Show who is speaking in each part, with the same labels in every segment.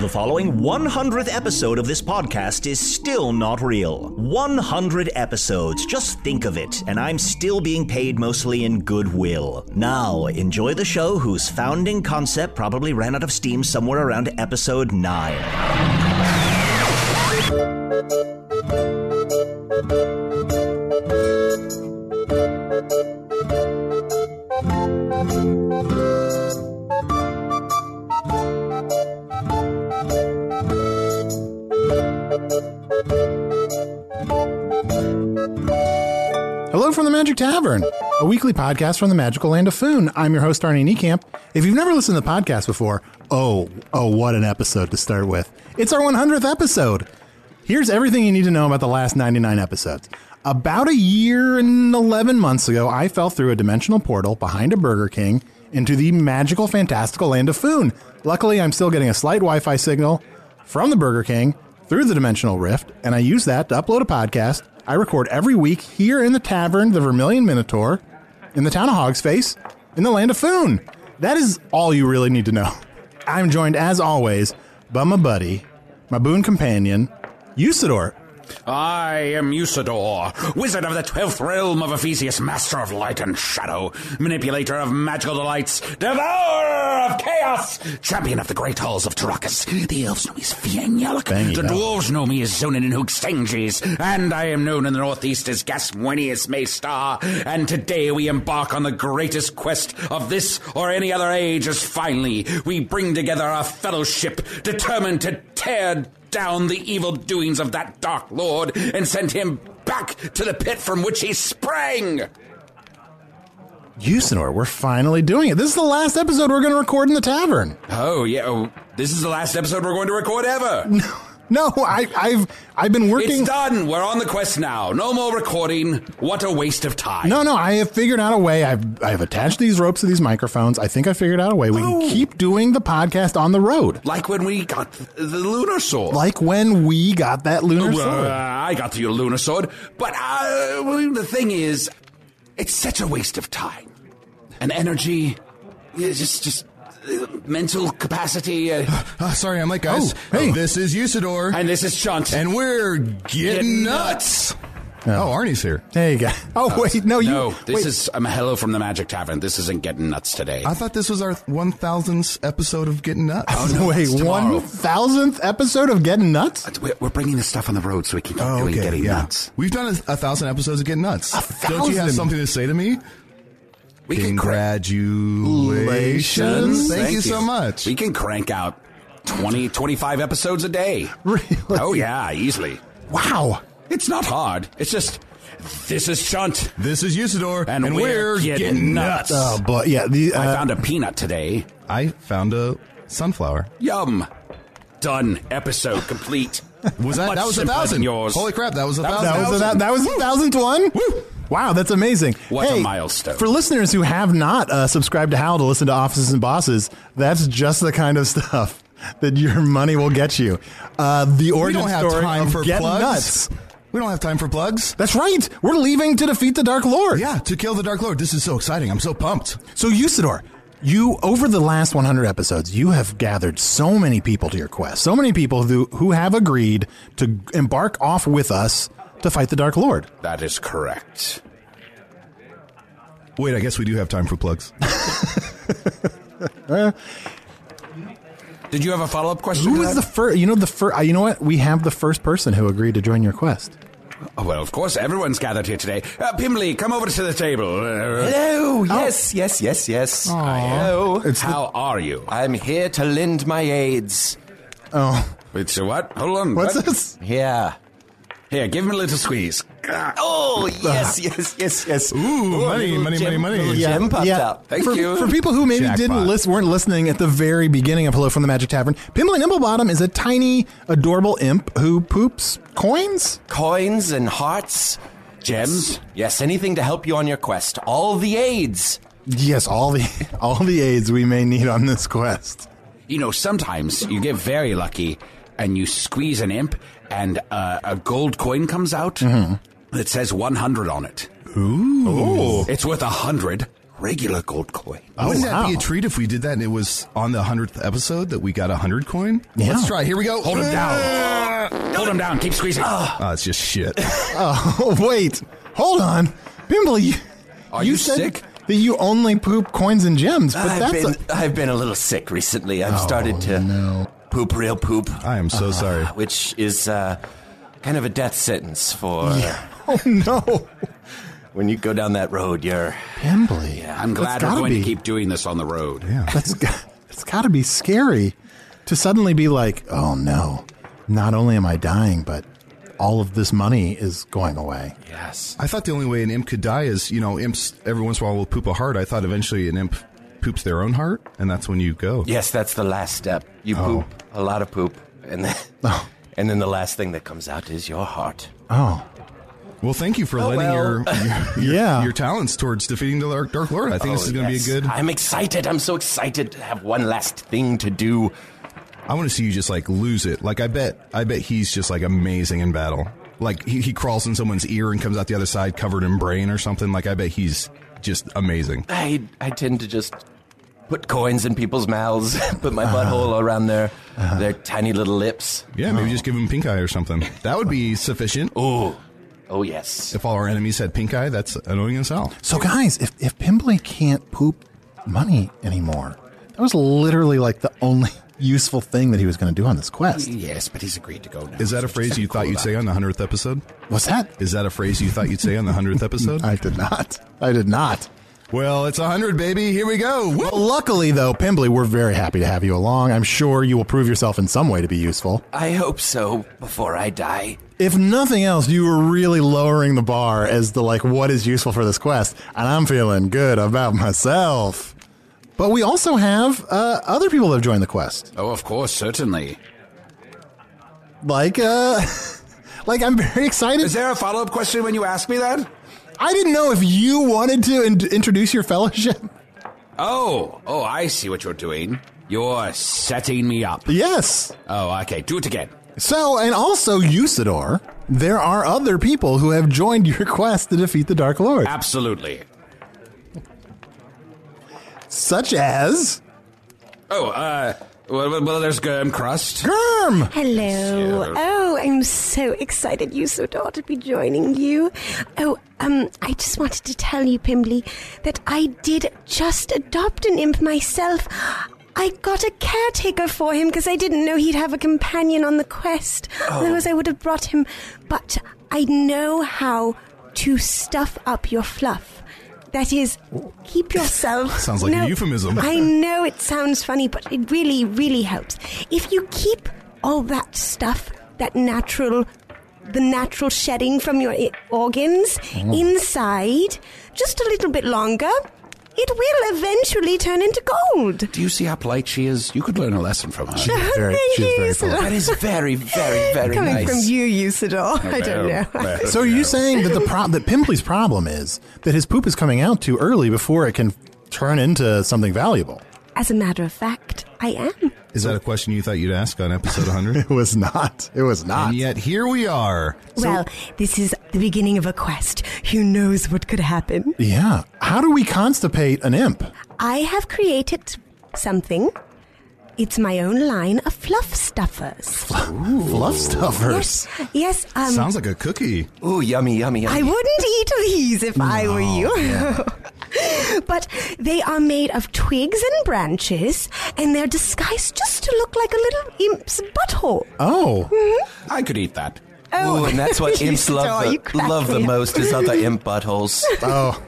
Speaker 1: The following 100th episode of this podcast is still not real. 100 episodes, just think of it, and I'm still being paid mostly in goodwill. Now, enjoy the show whose founding concept probably ran out of steam somewhere around episode 9.
Speaker 2: Hello from the Magic Tavern, a weekly podcast from the magical land of Foon. I'm your host, Arnie Niekamp. If you've never listened to the podcast before, oh, oh, what an episode to start with. It's our 100th episode. Here's everything you need to know about the last 99 episodes. About a year and 11 months ago, I fell through a dimensional portal behind a Burger King into the magical, fantastical land of Foon. Luckily, I'm still getting a slight Wi Fi signal from the Burger King through the dimensional rift, and I use that to upload a podcast. I record every week here in the tavern, the Vermilion Minotaur, in the town of Hogsface, in the land of Foon. That is all you really need to know. I'm joined, as always, by my buddy, my boon companion, Usador.
Speaker 3: I am Usador, wizard of the twelfth realm of Ephesius, master of light and shadow, manipulator of magical delights, devourer of chaos, champion of the great halls of Tarakas. The elves know me as Fienyelik, the dwarves know me as Zonin and Hoogstanges, and I am known in the northeast as Gaswenius Maystar, and today we embark on the greatest quest of this or any other age as finally we bring together our fellowship determined to tear down the evil doings of that Dark Lord and send him back to the pit from which he sprang.
Speaker 2: Usador, we're finally doing it. This is the last episode we're going to record in the tavern.
Speaker 3: Oh yeah, oh, this is the last episode we're going to record ever.
Speaker 2: No, no, I, I've I've been working.
Speaker 3: It's done. We're on the quest now. No more recording. What a waste of time.
Speaker 2: No, no, I have figured out a way. I've I've attached these ropes to these microphones. I think I figured out a way we
Speaker 4: Oh.
Speaker 2: can keep doing the podcast on the road.
Speaker 3: Like when we got the lunar sword.
Speaker 2: Like when we got that lunar
Speaker 3: Well, uh,
Speaker 2: sword.
Speaker 4: uh,
Speaker 3: I got the lunar sword, but uh, well, the thing is, it's such a waste of time and energy. Yeah, Just, just uh, mental capacity. Uh,
Speaker 4: Uh, sorry, I'm late, guys.
Speaker 2: Oh, hey.
Speaker 4: Uh, this is Usador.
Speaker 3: and this is Chunt.
Speaker 4: And we're getting nuts. Oh, Arnie's here.
Speaker 2: There you go. Oh, wait, no, you.
Speaker 3: Uh, No, this
Speaker 2: wait.
Speaker 3: is um, hello from the Magic Tavern. This isn't getting nuts today.
Speaker 4: I thought this was our 1000th episode of Getting Nuts.
Speaker 2: wait,
Speaker 3: tomorrow.
Speaker 2: one thousandth episode of Getting Nuts?
Speaker 3: We're- We're bringing this stuff on the road so we can keep
Speaker 4: Oh,
Speaker 3: doing
Speaker 4: okay.
Speaker 3: getting
Speaker 4: yeah.
Speaker 3: nuts.
Speaker 4: We've done a, a thousand episodes of Getting Nuts. Don't you have
Speaker 2: thousand?
Speaker 4: something to say to me?
Speaker 3: We can crank.
Speaker 4: Congratulations. Thank, you so much.
Speaker 3: We can crank out 20, 25 episodes a day.
Speaker 2: Really?
Speaker 3: Oh yeah, easily.
Speaker 2: Wow.
Speaker 3: It's not hard. It's just this is Chunt,
Speaker 4: This is Usador,
Speaker 3: and, we're, getting, nuts.
Speaker 2: Oh, but yeah, the,
Speaker 3: I
Speaker 2: uh,
Speaker 3: found a peanut today.
Speaker 4: I found a sunflower.
Speaker 3: Yum. Done. Episode complete.
Speaker 4: Was that
Speaker 3: Much
Speaker 4: that was a
Speaker 3: simpler
Speaker 4: thousand?
Speaker 3: than yours.
Speaker 4: Holy crap! That was a thousand.
Speaker 2: that was a, that, that was the thousandth one. Wow, that's amazing.
Speaker 3: What a
Speaker 2: Hey,
Speaker 3: milestone.
Speaker 2: For listeners who have not uh, subscribed to Howl to listen to Offices and Bosses, that's just the kind of stuff that your money will get you. Uh,
Speaker 4: We
Speaker 2: the origin
Speaker 4: don't have
Speaker 2: story
Speaker 4: time
Speaker 2: of
Speaker 4: for
Speaker 2: Get
Speaker 4: plugs.
Speaker 2: Nuts.
Speaker 4: We don't have time for plugs.
Speaker 2: That's right. We're leaving to defeat the Dark Lord.
Speaker 4: Yeah, to kill the Dark Lord. This is so exciting. I'm so pumped.
Speaker 2: So, Usador, you over the last 100 episodes, you have gathered so many people to your quest, so many people who who have agreed to embark off with us to fight the Dark Lord.
Speaker 3: That is correct.
Speaker 4: Wait, I guess we do have time for plugs.
Speaker 3: Did you have a follow up question?
Speaker 2: Who
Speaker 3: to
Speaker 2: is the
Speaker 3: that?
Speaker 2: first? You know the first. You know what? We have the first person who agreed to join your quest.
Speaker 3: Oh, well, of course, everyone's gathered here today. Uh, Pimley, come over to the table. Uh,
Speaker 5: Hello. Yes, yes, yes, yes. Hello.
Speaker 3: how are you?
Speaker 5: I'm here to lend my aids.
Speaker 2: Oh,
Speaker 3: It's a what? Hold on.
Speaker 2: what's
Speaker 3: what?
Speaker 2: this?
Speaker 5: Here.
Speaker 3: Here, give him a little squeeze. Ah,
Speaker 5: Oh, yes, yes, yes, yes. Ooh,
Speaker 4: money,
Speaker 5: a little
Speaker 4: money,
Speaker 5: gem-
Speaker 4: money, money.
Speaker 5: little
Speaker 4: Yeah,
Speaker 5: Gem popped
Speaker 2: yeah.
Speaker 5: out.
Speaker 3: Thank
Speaker 2: for,
Speaker 3: you.
Speaker 2: For people who maybe didn't
Speaker 4: Jackpot.
Speaker 2: listen, weren't listening at the very beginning of Hello from the Magic Tavern, Pimley Nimblebottom is a tiny, adorable imp who poops coins.
Speaker 5: Coins and hearts.
Speaker 3: Gems?
Speaker 5: Yes, anything to help you on your quest. All the aids.
Speaker 2: Yes, all the all the aids we may need on this quest.
Speaker 3: You know, sometimes you get very lucky and you squeeze an imp and uh, a gold coin comes out
Speaker 4: Mm-hmm.
Speaker 3: that says 100 on it. Ooh. It's worth a 100 regular gold coin.
Speaker 4: Wouldn't that be a
Speaker 2: wow.
Speaker 4: treat if we did that and it was on the 100th episode that we got a 100 coin?
Speaker 2: Yeah.
Speaker 4: Let's try. Here we go. Uh,
Speaker 3: Hold him down. Hold him down. Keep squeezing.
Speaker 2: Ah.
Speaker 4: Oh, it's just shit.
Speaker 2: Oh wait, hold on, Pimble. You,
Speaker 3: Are you
Speaker 2: said
Speaker 3: sick?
Speaker 2: That you only poop coins and gems, but
Speaker 5: I've
Speaker 2: that's
Speaker 5: been,
Speaker 2: a, Oh,
Speaker 5: i I've been a little sick recently. I've started to poop real poop, Uh-huh.
Speaker 4: I am so sorry.
Speaker 5: which is uh, kind of a death sentence for
Speaker 2: oh no,
Speaker 5: when you go down that road. You're
Speaker 2: Pimble.
Speaker 3: I'm
Speaker 2: that's
Speaker 3: glad we're
Speaker 2: gotta
Speaker 3: going
Speaker 2: be,
Speaker 3: to keep doing this on the road.
Speaker 2: That's g- that's got to be scary to suddenly be like, oh no, not only am I dying, but all of this money is going away.
Speaker 4: I thought the only way an imp could die is, you know, imps every once in a while will poop a heart. I thought eventually an imp poops their own heart, and that's when you go.
Speaker 5: yes, that's the last step. You
Speaker 4: Oh.
Speaker 5: poop a lot of poop, and then and then the last thing that comes out is your heart.
Speaker 2: Oh,
Speaker 4: Well, thank you for
Speaker 5: Oh,
Speaker 4: lending your, your,
Speaker 2: Yeah.
Speaker 4: your talents towards defeating the Dark, Dark Lord. I think this is going to
Speaker 5: Oh, yes.
Speaker 4: be a good. I,
Speaker 5: I'm excited. I'm so excited to have one last thing to do.
Speaker 4: want to see you just like lose it. Like I bet, I bet he's just like amazing in battle. Like he, he crawls in someone's ear and comes out the other side covered in brain or something. Like I bet he's just amazing.
Speaker 5: I I tend to just put coins in people's mouths, put my
Speaker 4: Uh-huh.
Speaker 5: butthole around their their tiny little lips.
Speaker 4: Yeah, maybe just give him pink eye or something. That would be sufficient.
Speaker 5: Oh yes.
Speaker 4: If all our enemies had pink eye, that's annoying as hell.
Speaker 2: so guys, if if Pimble can't poop money anymore, that was literally like the only useful thing that he was going to do on this quest.
Speaker 3: Yes, but he's agreed to go now.
Speaker 4: Is that a phrase you thought you'd say on the 100th episode?
Speaker 2: What's that?
Speaker 4: Is that a phrase you thought you'd say on the 100th episode?
Speaker 2: I did not. I did not.
Speaker 4: well, it's 100, baby. Here we go. Woo!
Speaker 2: Well, luckily, though, Pimbley, we're very happy to have you along. I'm sure you will prove yourself in some way to be useful.
Speaker 5: I hope so before I die.
Speaker 2: If nothing else, you were really lowering the bar as to like what is useful for this quest, and I'm feeling good about myself. But we also have uh, other people that have joined the quest,
Speaker 3: Oh, of course, certainly.
Speaker 2: like uh, like I'm very excited.
Speaker 3: Is there a follow up question when you ask me that?
Speaker 2: I didn't know if you wanted to in- introduce your fellowship.
Speaker 3: Oh, oh, I see what you're doing. You're setting me up.
Speaker 2: yes.
Speaker 3: Oh, okay. Do it again.
Speaker 2: So, and also Usador, there are other people who have joined your quest to defeat the Dark Lord,
Speaker 3: Absolutely.
Speaker 2: such as
Speaker 3: Oh, uh, well, well, well there's Germ Crust.
Speaker 2: Germ.
Speaker 6: Hello. Oh, I'm so excited, you so dark to be joining you. Oh, um, I just wanted to tell you, Pimbly, that I did just adopt an imp myself. I got a caretaker for him because I didn't know he'd have a companion on the quest. Otherwise, I would have brought him. But I know how to stuff up your fluff. That is, keep yourself.
Speaker 4: Sounds like a euphemism.
Speaker 6: I know it sounds funny, but it really, really helps. If you keep all that stuff, that natural, the natural shedding from your i- organs
Speaker 4: Oh.
Speaker 6: inside, just a little bit longer, it will eventually turn into gold.
Speaker 3: Do you see how polite she is? You could learn a lesson from her.
Speaker 2: Very- she's very
Speaker 6: Usador.
Speaker 2: polite.
Speaker 5: That is very, very, very
Speaker 6: Coming
Speaker 5: nice.
Speaker 6: from you, Usador. I don't know.
Speaker 4: Oh,
Speaker 2: So are you saying that the pro- that Pimpley's problem is that his poop is coming out too early before it can turn into something valuable?
Speaker 6: As a matter of fact, I am.
Speaker 4: Is that a question you thought you'd ask on episode 100? it
Speaker 2: was not. It was not.
Speaker 4: And yet here we are.
Speaker 6: well, this is the beginning of a quest. Who knows what could happen?
Speaker 2: Yeah. How do we constipate an imp?
Speaker 6: I have created something. It's my own line of fluff stuffers.
Speaker 2: Fluff stuffers.
Speaker 6: Yes, yes. Um,
Speaker 4: Sounds like a cookie.
Speaker 5: Ooh, yummy, yummy, yummy.
Speaker 6: I wouldn't eat these if I were you. but they are made of twigs and branches, and they're disguised just to look like a little imp's butthole.
Speaker 2: Oh.
Speaker 6: Mm-hmm.
Speaker 3: I could eat that.
Speaker 5: Ooh, and that's what imps love
Speaker 6: Isidore, Oh, you
Speaker 5: the,
Speaker 6: crack
Speaker 5: love the
Speaker 6: me up.
Speaker 5: most is other imp buttholes.
Speaker 2: Oh.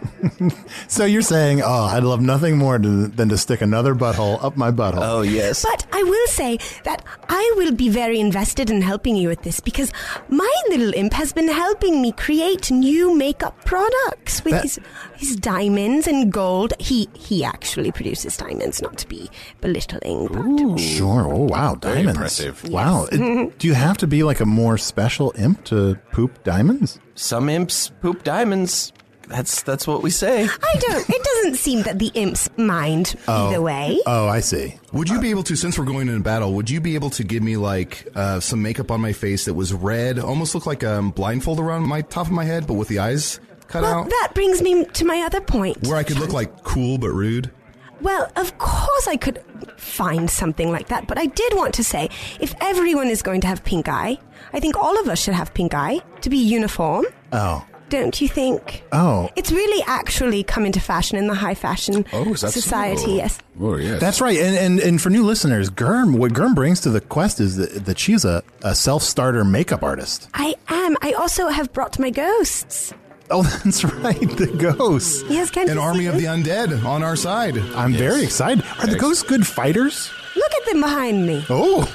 Speaker 2: so you're saying, oh, I'd love nothing more to, than to stick another butthole up my butthole.
Speaker 5: Oh yes.
Speaker 6: But I will say that I will be very invested in helping you with this because my little imp has been helping me create new makeup products with
Speaker 2: That-
Speaker 6: his, his diamonds and gold. He he actually produces diamonds, not to be belittling. But
Speaker 2: Sure. Oh, wow. Diamonds.
Speaker 3: impressive.
Speaker 2: Wow. It- do you have to be like a more special imp to poop diamonds?
Speaker 5: Some imps poop diamonds. That's that's what we say.
Speaker 6: I don't. It doesn't seem that the imps mind either way.
Speaker 2: Oh, I see.
Speaker 4: Would you be able to, since we're going into battle, would you be able to give me like uh, some makeup on my face that was red, almost looked like a blindfold around my top of my head, but with the eyes cut
Speaker 6: Well,
Speaker 4: out,
Speaker 6: that brings me to my other point.
Speaker 4: where I could look like cool but rude?
Speaker 6: Well, of course I could find something like that, but I did want to say if everyone is going to have pink eye, I think all of us should have pink eye to be uniform,
Speaker 2: Oh.
Speaker 6: don't you think?
Speaker 2: Oh.
Speaker 6: It's really actually come into fashion in the high fashion society, yes.
Speaker 3: Oh, yes.
Speaker 2: That's right. And, and and for new listeners, Germ, what Germ brings to the quest is that, that she's a, a self starter makeup artist.
Speaker 6: I am. I also have brought my ghosts.
Speaker 2: Oh, that's right. The ghosts.
Speaker 6: Yes, can
Speaker 4: An army of the undead on our side.
Speaker 2: I'm very excited. Are the ghosts good fighters?
Speaker 6: Look at them behind me.
Speaker 2: Oh.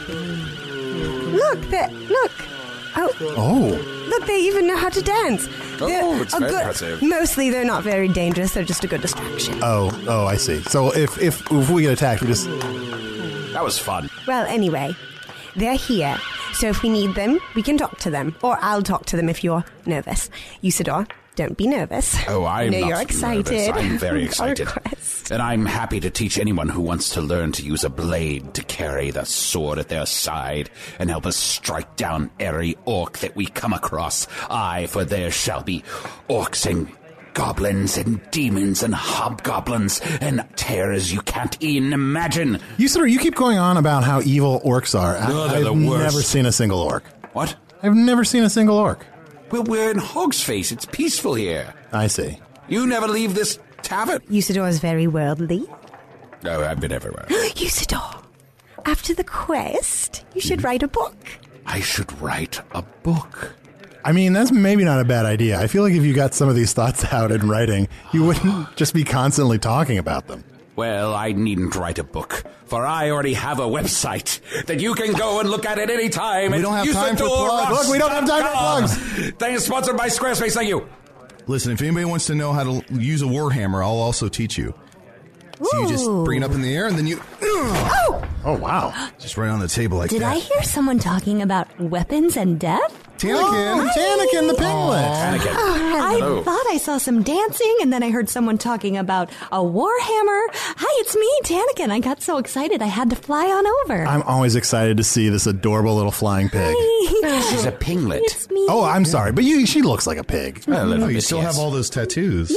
Speaker 6: Look, they look. Oh,
Speaker 2: Oh.
Speaker 6: Look, they even know how to dance. They're
Speaker 3: it's
Speaker 6: a
Speaker 3: very
Speaker 6: good-
Speaker 3: impressive.
Speaker 6: Mostly, they're not very dangerous. They're just a good distraction.
Speaker 2: Oh. Oh, I see. So if if, if we get attacked, we just
Speaker 3: That was fun.
Speaker 6: well, anyway, they're here. So if we need them, we can talk to them, or I'll talk to them if you're nervous. Usador, don't be nervous.
Speaker 3: Oh, I'm
Speaker 6: know
Speaker 3: not
Speaker 6: you're
Speaker 3: nervous.
Speaker 6: excited.
Speaker 3: I'm very
Speaker 6: Our
Speaker 3: excited.
Speaker 6: quest.
Speaker 3: And I'm happy to teach anyone who wants to learn to use a blade to carry the sword at their side and help us strike down every orc that we come across. Aye, for there shall be orcs and goblins and demons and hobgoblins and terrors you can't even imagine.
Speaker 2: you sir, you keep going on about how evil orcs are. I,
Speaker 3: No, they're
Speaker 2: I've
Speaker 3: the worst.
Speaker 2: never seen a single orc.
Speaker 3: What?
Speaker 2: I've never seen a single orc.
Speaker 3: We're, we're in Hog's Face. It's peaceful here.
Speaker 2: I see.
Speaker 3: You never leave this tavern.
Speaker 6: Usador is very worldly.
Speaker 3: No, Oh, I've been everywhere.
Speaker 6: Usador, after the quest, you should write a book.
Speaker 3: I should write a book.
Speaker 2: I mean, that's maybe not a bad idea. I feel like if you got some of these thoughts out in writing, you wouldn't just be constantly talking about them.
Speaker 3: Well, I needn't write a book, for I already have a website that you can go and look at at any time.
Speaker 4: We
Speaker 3: It's
Speaker 4: don't have time for
Speaker 3: usadorrocks.com.
Speaker 4: plugs.
Speaker 2: Look, we don't have time for plugs.
Speaker 3: Thing is sponsored by Squarespace. Thank you.
Speaker 4: Listen, if anybody wants to know how to l- use a warhammer, I'll also teach you. So you just bring it up in the air and then you
Speaker 6: Oh,
Speaker 2: Oh, wow.
Speaker 4: just right on the table like
Speaker 7: Did
Speaker 4: that.
Speaker 7: I hear someone talking about weapons and death? Oh,
Speaker 4: Tanakin,
Speaker 2: Tanakin the piglet.
Speaker 7: I thought I saw some dancing, and then I heard someone talking about a warhammer. Hi, it's me, Tanakin. I got so excited I had to fly on over.
Speaker 2: I'm always excited to see this adorable little flying pig.
Speaker 3: She's a pinglet.
Speaker 7: it's me.
Speaker 2: Oh, I'm sorry, but you, she looks like a pig.
Speaker 3: A little
Speaker 4: Oh, you
Speaker 3: bit,
Speaker 4: still
Speaker 3: yes.
Speaker 4: have all those tattoos.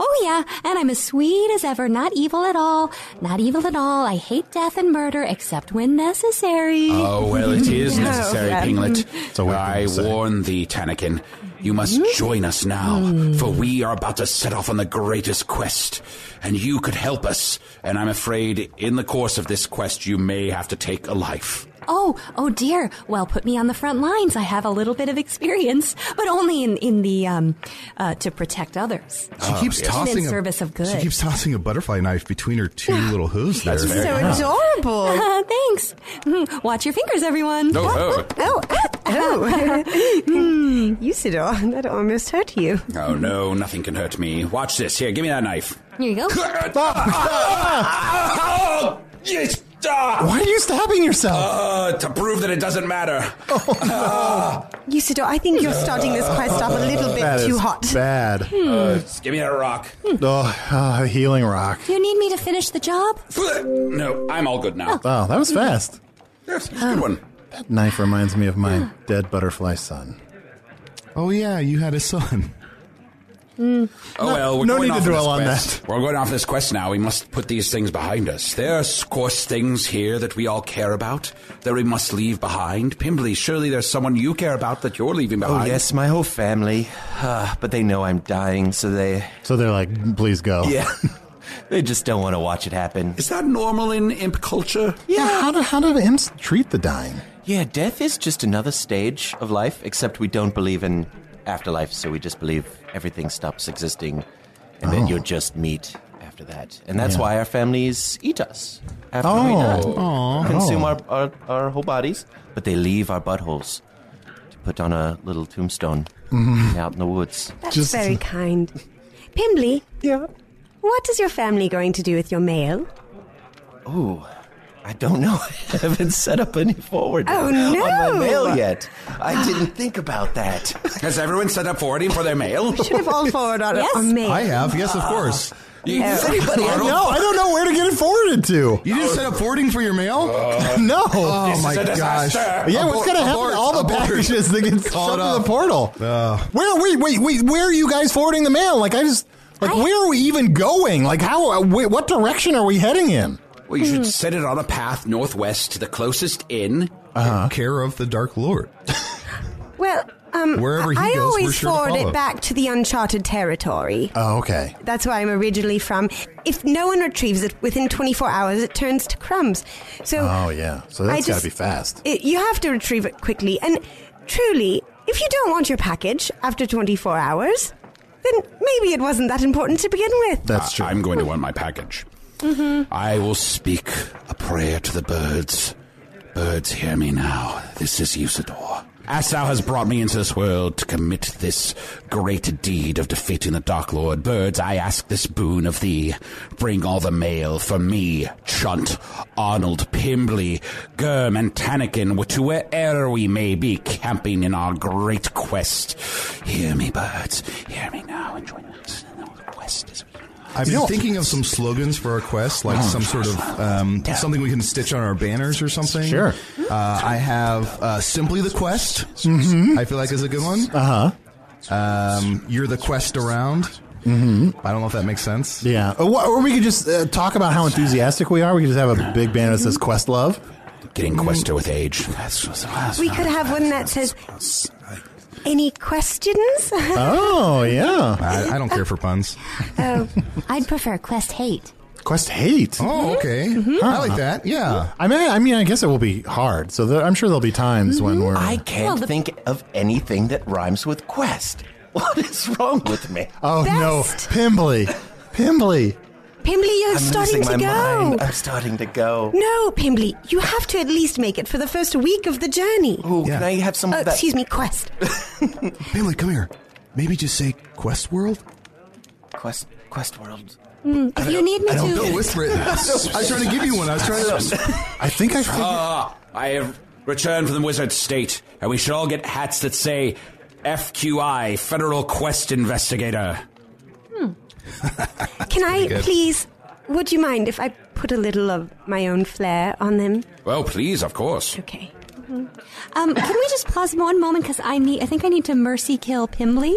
Speaker 7: Oh yeah, and I'm as sweet as ever. Not evil at all. Not evil at all. I hate death and murder, except when necessary.
Speaker 3: Oh, well, it is necessary,
Speaker 7: yeah. Mm-hmm.
Speaker 3: Pinglet.
Speaker 2: a weird thing
Speaker 3: I
Speaker 2: to say.
Speaker 3: warn thee, Tanakin. You must join us now, for we are about to set off on the greatest quest, and you could help us. And I'm afraid, in the course of this quest, you may have to take a life.
Speaker 7: Oh, oh dear. Well, put me on the front lines. I have a little bit of experience, but only in in the um, uh, to protect others.
Speaker 4: She
Speaker 3: Oh,
Speaker 4: keeps tossing
Speaker 7: In
Speaker 4: a,
Speaker 7: service of
Speaker 4: She
Speaker 7: good.
Speaker 4: keeps tossing a butterfly knife between her two little hooves. There.
Speaker 3: That's very
Speaker 6: so adorable.
Speaker 7: Uh, thanks. Mm, Watch your fingers, everyone.
Speaker 3: Oh,
Speaker 6: Oh, ah, oh. Hmm, Usador, that almost hurt you.
Speaker 3: Oh no, nothing can hurt me. Watch this. Here, give me that knife.
Speaker 7: Here you go.
Speaker 3: Oh, yes.
Speaker 2: Why are you stabbing yourself? Oh,
Speaker 3: Uh, to prove that it doesn't matter. Ah,
Speaker 6: Usador, I think you're starting this quest off a little bit
Speaker 2: Uh, That
Speaker 6: too
Speaker 2: is
Speaker 6: hot. Hmm.
Speaker 2: Bad.
Speaker 3: Uh, just give me that rock.
Speaker 2: Oh, uh, healing rock.
Speaker 7: Do you need me to finish the job?
Speaker 3: No, I'm all good now.
Speaker 2: Oh, that was fast.
Speaker 3: Yes, it's a
Speaker 7: Oh.
Speaker 3: good one.
Speaker 2: That knife reminds me of my dead butterfly son.
Speaker 4: Oh yeah, you had a son.
Speaker 7: Mm.
Speaker 3: Oh well, we're
Speaker 2: no
Speaker 3: going
Speaker 2: need to
Speaker 3: off
Speaker 2: dwell
Speaker 3: this
Speaker 2: on
Speaker 3: quest. We're going off this quest now. We must put these things behind us. There's, of course, things here that we all care about that we must leave behind. Pimbly, surely there's someone you care about that you're leaving
Speaker 5: Oh,
Speaker 3: behind.
Speaker 5: yes, my whole family. Uh, but they know I'm dying, so they.
Speaker 2: So they're like, please go.
Speaker 5: Yeah. they just don't want to watch it happen.
Speaker 3: Is that normal in imp culture?
Speaker 2: Yeah, how do, how do imps treat the dying?
Speaker 5: Yeah, death is just another stage of life, except we don't believe in afterlife, so we just believe everything stops existing
Speaker 2: Oh.
Speaker 5: and then you're just meat after that. And that's why our families eat us after we die.
Speaker 2: Oh.
Speaker 5: Consume our, our, our whole bodies, but they leave our buttholes to put on a little tombstone out in the woods.
Speaker 6: That's
Speaker 2: Mm-hmm. Just-
Speaker 6: very kind. Pimbly. Yeah. What is your family going to do with your mail?
Speaker 5: I don't know. I haven't set up any forward
Speaker 6: Oh,
Speaker 5: on
Speaker 6: no.
Speaker 5: my mail yet. I didn't think about that.
Speaker 3: Has everyone set up forwarding for their mail?
Speaker 6: Should have all forward on
Speaker 7: Yes.
Speaker 6: yes. mail.
Speaker 4: I have, yes, of course.
Speaker 3: You- Anybody?
Speaker 2: I know. I don't know where to get it forwarded to.
Speaker 4: You didn't set up forwarding for your mail?
Speaker 2: no.
Speaker 4: oh my
Speaker 3: a
Speaker 4: gosh!
Speaker 3: disaster.
Speaker 2: yeah,
Speaker 4: Abort,
Speaker 2: what's going to happen
Speaker 4: abort,
Speaker 2: to all the
Speaker 4: abort.
Speaker 2: packages that get
Speaker 4: Call it
Speaker 2: shoved in the
Speaker 4: off.
Speaker 2: portal?
Speaker 4: Uh,
Speaker 2: where, wait, wait, wait, where are you guys forwarding the mail? Like, I just, like, where are we even going? Like, how, wait, what direction are we heading in?
Speaker 3: Well, you
Speaker 2: Mm.
Speaker 3: should set it on a path northwest to the closest inn.
Speaker 2: Uh-huh.
Speaker 4: Care of the Dark Lord.
Speaker 6: Well, um,
Speaker 4: Wherever he
Speaker 6: I
Speaker 4: goes, we're
Speaker 6: always
Speaker 4: sure to
Speaker 6: forward
Speaker 4: follow.
Speaker 6: it back to the uncharted territory.
Speaker 2: Oh, okay.
Speaker 6: That's where I'm originally from. If no one retrieves it within 24 hours, it turns to crumbs. So
Speaker 2: Oh, yeah. So
Speaker 6: I
Speaker 2: that's got
Speaker 6: just-
Speaker 2: to be fast.
Speaker 6: it, you have to retrieve it quickly. And truly, if you don't want your package after 24 hours, then maybe it wasn't that important to begin with. Mm-hmm.
Speaker 2: That's true.
Speaker 3: I'm going to want my package. I will speak a prayer to the birds. Birds, hear me now. This is Usador. As thou hast brought me into this world to commit this great deed of defeating the Dark Lord, birds, I ask this boon of thee. Bring all the mail for me, Chunt, Arnold, Pimbley, Gurm, and Tannikin, to where'er we may be camping in our great quest. Hear me, birds. Hear me now and join us in our quest as we
Speaker 4: I've been thinking of some slogans for our quest,
Speaker 2: Oh,
Speaker 4: like some sort of um, something we can stitch on our banners or something.
Speaker 2: Sure.
Speaker 4: Uh, I have uh, simply the quest. Mm-hmm. I feel like is a good one. Uh
Speaker 2: Uh-huh.
Speaker 4: huh. Um, You're the quest around. Mm-hmm. I don't know if that makes sense.
Speaker 2: Yeah. Or, wha- or we could just uh, talk about how enthusiastic we are. We could just have a big banner that says Quest Love.
Speaker 3: Getting quester with age. That's, that's
Speaker 6: We could have one that says, Any questions?
Speaker 5: Uh,
Speaker 2: Oh, yeah.
Speaker 4: I, I don't care for puns.
Speaker 6: Oh,
Speaker 7: I'd prefer quest hate.
Speaker 2: Quest Hate.
Speaker 4: Oh,
Speaker 6: Mm-hmm.
Speaker 4: okay. I like that. Yeah.
Speaker 2: I mean, I mean, I guess it will be hard. So there, I'm sure there'll be times
Speaker 6: Mm-hmm.
Speaker 2: when we're.
Speaker 5: I can't
Speaker 7: Well, the-
Speaker 5: think of anything that rhymes with quest. What is wrong with me?
Speaker 2: oh no,
Speaker 6: Best.
Speaker 2: Pimbly, Pimbly.
Speaker 6: Pimbly, you're
Speaker 5: I'm
Speaker 6: starting
Speaker 5: losing my
Speaker 6: to go.
Speaker 5: mind. I'm starting to go.
Speaker 6: No, Pimbly, you have to at least make it for the first week of the journey.
Speaker 5: Ooh, Can I have some
Speaker 6: Oh,
Speaker 5: of that?
Speaker 6: excuse me, quest.
Speaker 4: Bailey, come here. Maybe just say quest world.
Speaker 5: Quest, quest world.
Speaker 6: Mm,
Speaker 7: If you need me
Speaker 4: No,
Speaker 7: to,
Speaker 4: whisper it. I was trying to give you one. I was trying to.
Speaker 2: I think I. Figured,
Speaker 3: Ah, I have returned from the wizard state, and we should all get hats that say FQI, Federal Quest Investigator.
Speaker 6: Can I
Speaker 4: good.
Speaker 6: please? Would you mind if I put a little of my own flair on them?
Speaker 3: Well, please, of course.
Speaker 6: Okay.
Speaker 7: um, can we just pause one moment? Because I need, I think I need to mercy kill Pimbley.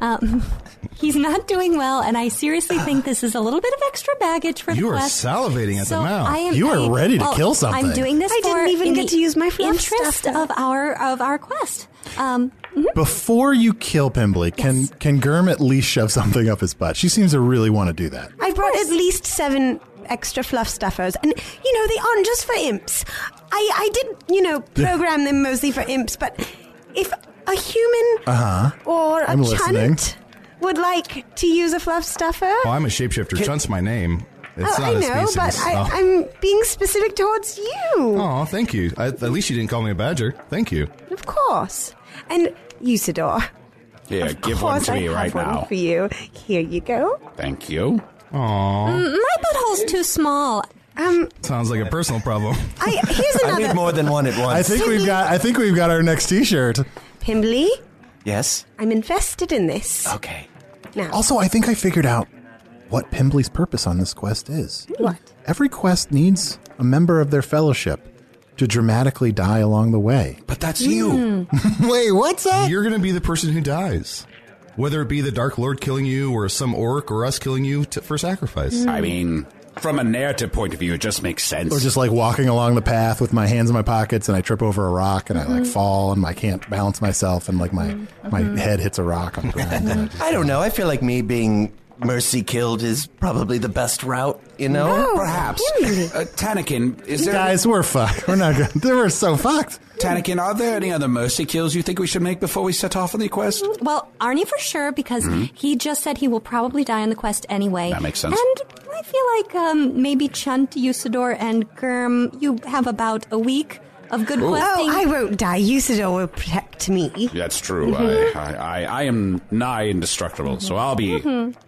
Speaker 7: Um, he's not doing well, and I seriously think this is a little bit of extra baggage for
Speaker 4: You
Speaker 7: the
Speaker 4: are
Speaker 7: quest.
Speaker 4: salivating at the
Speaker 7: So
Speaker 4: mouth.
Speaker 7: I am-
Speaker 2: You are
Speaker 7: I-
Speaker 2: ready to
Speaker 7: well,
Speaker 2: kill something.
Speaker 7: I'm doing this.
Speaker 6: I
Speaker 7: for-
Speaker 6: didn't even
Speaker 7: in
Speaker 6: get
Speaker 7: the
Speaker 6: to use my fluff
Speaker 7: interest
Speaker 6: stuff.
Speaker 7: of our of our quest. Um,
Speaker 6: Mm-hmm.
Speaker 2: before you kill Pimbly, can can Gurm at least shove something up his butt? She seems to really want to do
Speaker 5: Uh,
Speaker 2: that.
Speaker 6: I brought at least seven extra fluff stuffers, and you know they aren't just for imps. I I did you know program them mostly for imps, but if a human or a
Speaker 2: Uh-huh. I'm listening.
Speaker 6: chunt would like to use a fluff stuffer,
Speaker 4: Well, Oh, I'm a shapeshifter. Chunt's my name. It's not
Speaker 6: oh, I
Speaker 4: a
Speaker 6: know,
Speaker 4: species.
Speaker 6: but I,
Speaker 4: oh.
Speaker 6: I'm being specific towards
Speaker 3: Oh.
Speaker 6: you,
Speaker 4: Aw, thank you. I, at least you didn't call me a badger. Thank you.
Speaker 6: of course, and Usador.
Speaker 3: Here,
Speaker 6: Of
Speaker 3: give one
Speaker 6: course
Speaker 3: to
Speaker 6: I
Speaker 3: me
Speaker 6: have
Speaker 3: right
Speaker 6: one
Speaker 3: now.
Speaker 6: for you. Here you go.
Speaker 3: Thank you.
Speaker 4: Aw.
Speaker 3: Oh.
Speaker 7: my butthole's Mm, too small.
Speaker 6: Um,
Speaker 4: Sounds like a personal problem.
Speaker 6: I here's
Speaker 5: I
Speaker 6: another
Speaker 5: need more than one at once.
Speaker 2: I think we've got. I think we've got our next T-shirt.
Speaker 6: Pimbley.
Speaker 5: Yes.
Speaker 6: I'm invested in this.
Speaker 5: Okay.
Speaker 6: Now,
Speaker 2: Also, I think I figured out what Pimbley's purpose on this quest is.
Speaker 6: What?
Speaker 2: Every quest needs a member of their fellowship to dramatically die along the way.
Speaker 4: But that's you.
Speaker 2: Hmm. Wait, what's that?
Speaker 4: You're going to be the person who dies. Whether it be the Dark Lord killing you or some orc or us killing you to, for sacrifice.
Speaker 3: I mean, from a narrative point of view, it just makes sense.
Speaker 2: Or just like walking along the path with my hands in my pockets and I trip over a rock and I
Speaker 6: Mm-hmm.
Speaker 2: like fall and I can't balance myself and like my my head hits a rock on the ground. and I just-
Speaker 5: I don't know. I feel like me being mercy killed is probably the best route, you know?
Speaker 6: No.
Speaker 3: Perhaps.
Speaker 6: Pimbley.
Speaker 3: Uh, Tanakin, is there.
Speaker 2: Guys, we're fucked. We're not good. We're so fucked.
Speaker 3: Tanakin, are there any other mercy kills you think we should make before we set off on the quest?
Speaker 7: Well, Arnie for sure, because he just said he will probably die on the quest anyway.
Speaker 3: That makes sense.
Speaker 7: And I feel like um, maybe Chunt, Usador, and Gurm, you have about a week of good questing.
Speaker 6: oh, I won't die. Usador will protect me.
Speaker 3: That's true. I, I, I, I am nigh indestructible, so I'll be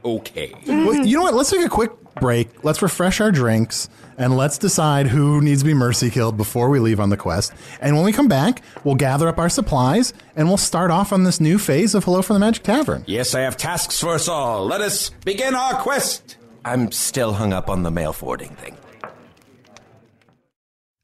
Speaker 3: okay.
Speaker 2: Well, you know what? Let's take a quick break. Let's refresh our drinks and let's decide who needs to be mercy killed before we leave on the quest. And when we come back, we'll gather up our supplies and we'll start off on this new phase of Hello from the Magic Tavern.
Speaker 3: Yes, I have tasks for us all. Let us begin our quest.
Speaker 5: I'm still hung up on the mail forwarding thing.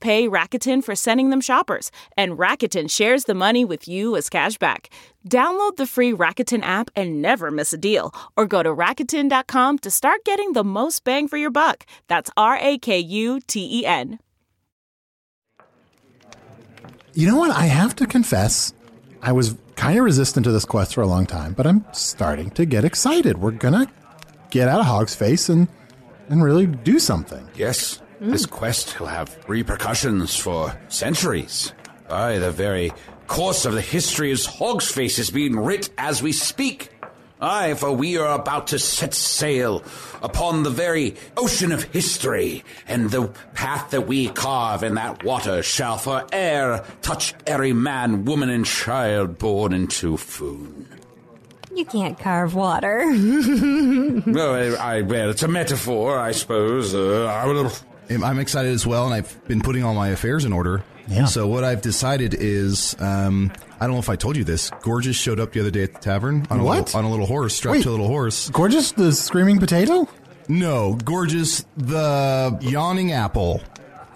Speaker 8: pay Rakuten for sending them shoppers, and Rakuten shares the money with you as cash back. Download the free Rakuten app and never miss a deal, or go to Rakuten.com to start getting the most bang for your buck. That's R A K U T E N.
Speaker 2: You know what? I have to confess, I was kind of resistant to this quest for a long time, but I'm starting to get excited. We're gonna get out of Hog's Face and and really do something.
Speaker 3: Yes, this quest will have repercussions for centuries. Aye, the very course of the history of Hog's Face is being writ as we speak. Aye, for we are about to set sail upon the very ocean of history, and the path that we carve in that water shall fore'er touch every man, woman, and child born into Foon.
Speaker 7: you can't carve water.
Speaker 3: No, I, I- well, it's a metaphor, I suppose. Uh, I will
Speaker 4: I'm- I'm excited as well, and I've been putting all my affairs in order.
Speaker 2: Yeah.
Speaker 4: So what I've decided is, um, I don't know if I told you this. Gorgeous showed up the other day at the tavern on a
Speaker 2: What?
Speaker 4: little, on a little horse, strapped
Speaker 2: Wait.
Speaker 4: to a little horse.
Speaker 2: Gorgeous, the screaming potato.
Speaker 4: No, gorgeous the yawning apple.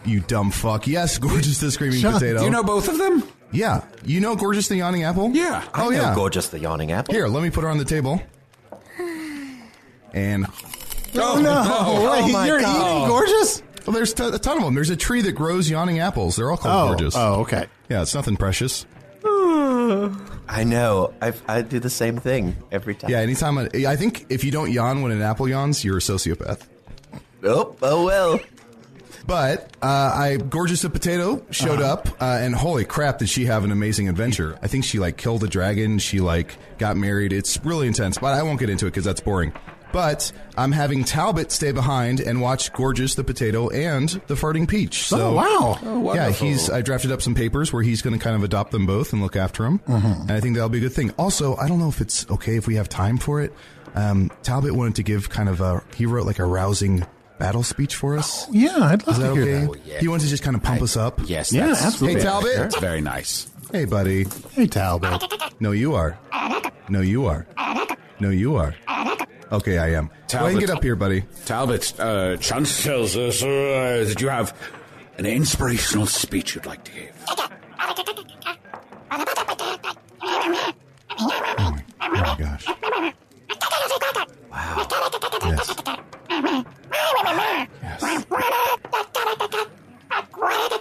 Speaker 4: You dumb fuck. Yes, gorgeous the screaming
Speaker 2: Sean,
Speaker 4: potato.
Speaker 3: Do you know both of them?
Speaker 4: yeah, you know gorgeous the yawning apple.
Speaker 3: Yeah.
Speaker 4: Oh
Speaker 5: I know
Speaker 4: yeah.
Speaker 5: Gorgeous the Yawning Apple.
Speaker 4: Here, let me put her on the table. And
Speaker 3: Oh,
Speaker 2: Oh, wait,
Speaker 5: my
Speaker 2: you're
Speaker 5: God.
Speaker 3: Oh,
Speaker 2: eating gorgeous.
Speaker 4: Well, there's t- a ton of them. There's a tree that grows yawning apples. They're all
Speaker 2: Oh,
Speaker 4: called gorges.
Speaker 2: oh, okay.
Speaker 4: Yeah, it's nothing precious.
Speaker 3: Hmm.
Speaker 5: I know. I I do the same thing every time.
Speaker 4: Yeah, anytime. I, I think if you don't yawn when an apple yawns, you're a sociopath.
Speaker 5: Oh, oh well.
Speaker 4: But uh, I gorgeous of potato showed
Speaker 5: Uh-huh.
Speaker 4: up, uh, and holy crap, did she have an amazing adventure! I think she like killed a dragon. She like got married. It's really intense, but I won't get into it because that's boring. But I'm having Talbot stay behind and watch Gorgeous the Potato and the Farting Peach. So
Speaker 2: Oh, wow.
Speaker 4: Oh, yeah, he's. I drafted up some papers where he's going to kind of adopt them both and look after them,
Speaker 2: Mhm.
Speaker 4: and I think that'll be a good thing. Also, I don't know if it's okay if we have time for it. Um, Talbot wanted to give kind of a. He wrote like a rousing battle speech for us.
Speaker 2: Oh, yeah, I'd love
Speaker 4: Is
Speaker 2: to
Speaker 4: that
Speaker 2: hear
Speaker 4: okay?
Speaker 2: that.
Speaker 4: He wants to just kind of pump us up. Yes.
Speaker 2: Yeah, that's- absolutely.
Speaker 4: Hey, Talbot.
Speaker 2: That's
Speaker 4: very nice. Hey, buddy. Hey, Talbot. No, you are. No, you are. No, you are. Okay, I am. Go ahead and
Speaker 3: Talbot.
Speaker 4: get up here, buddy.
Speaker 3: Talbot, uh, Chance tells us uh, that you have an inspirational speech you'd like to give.
Speaker 4: Oh my gosh. Wow. Yes.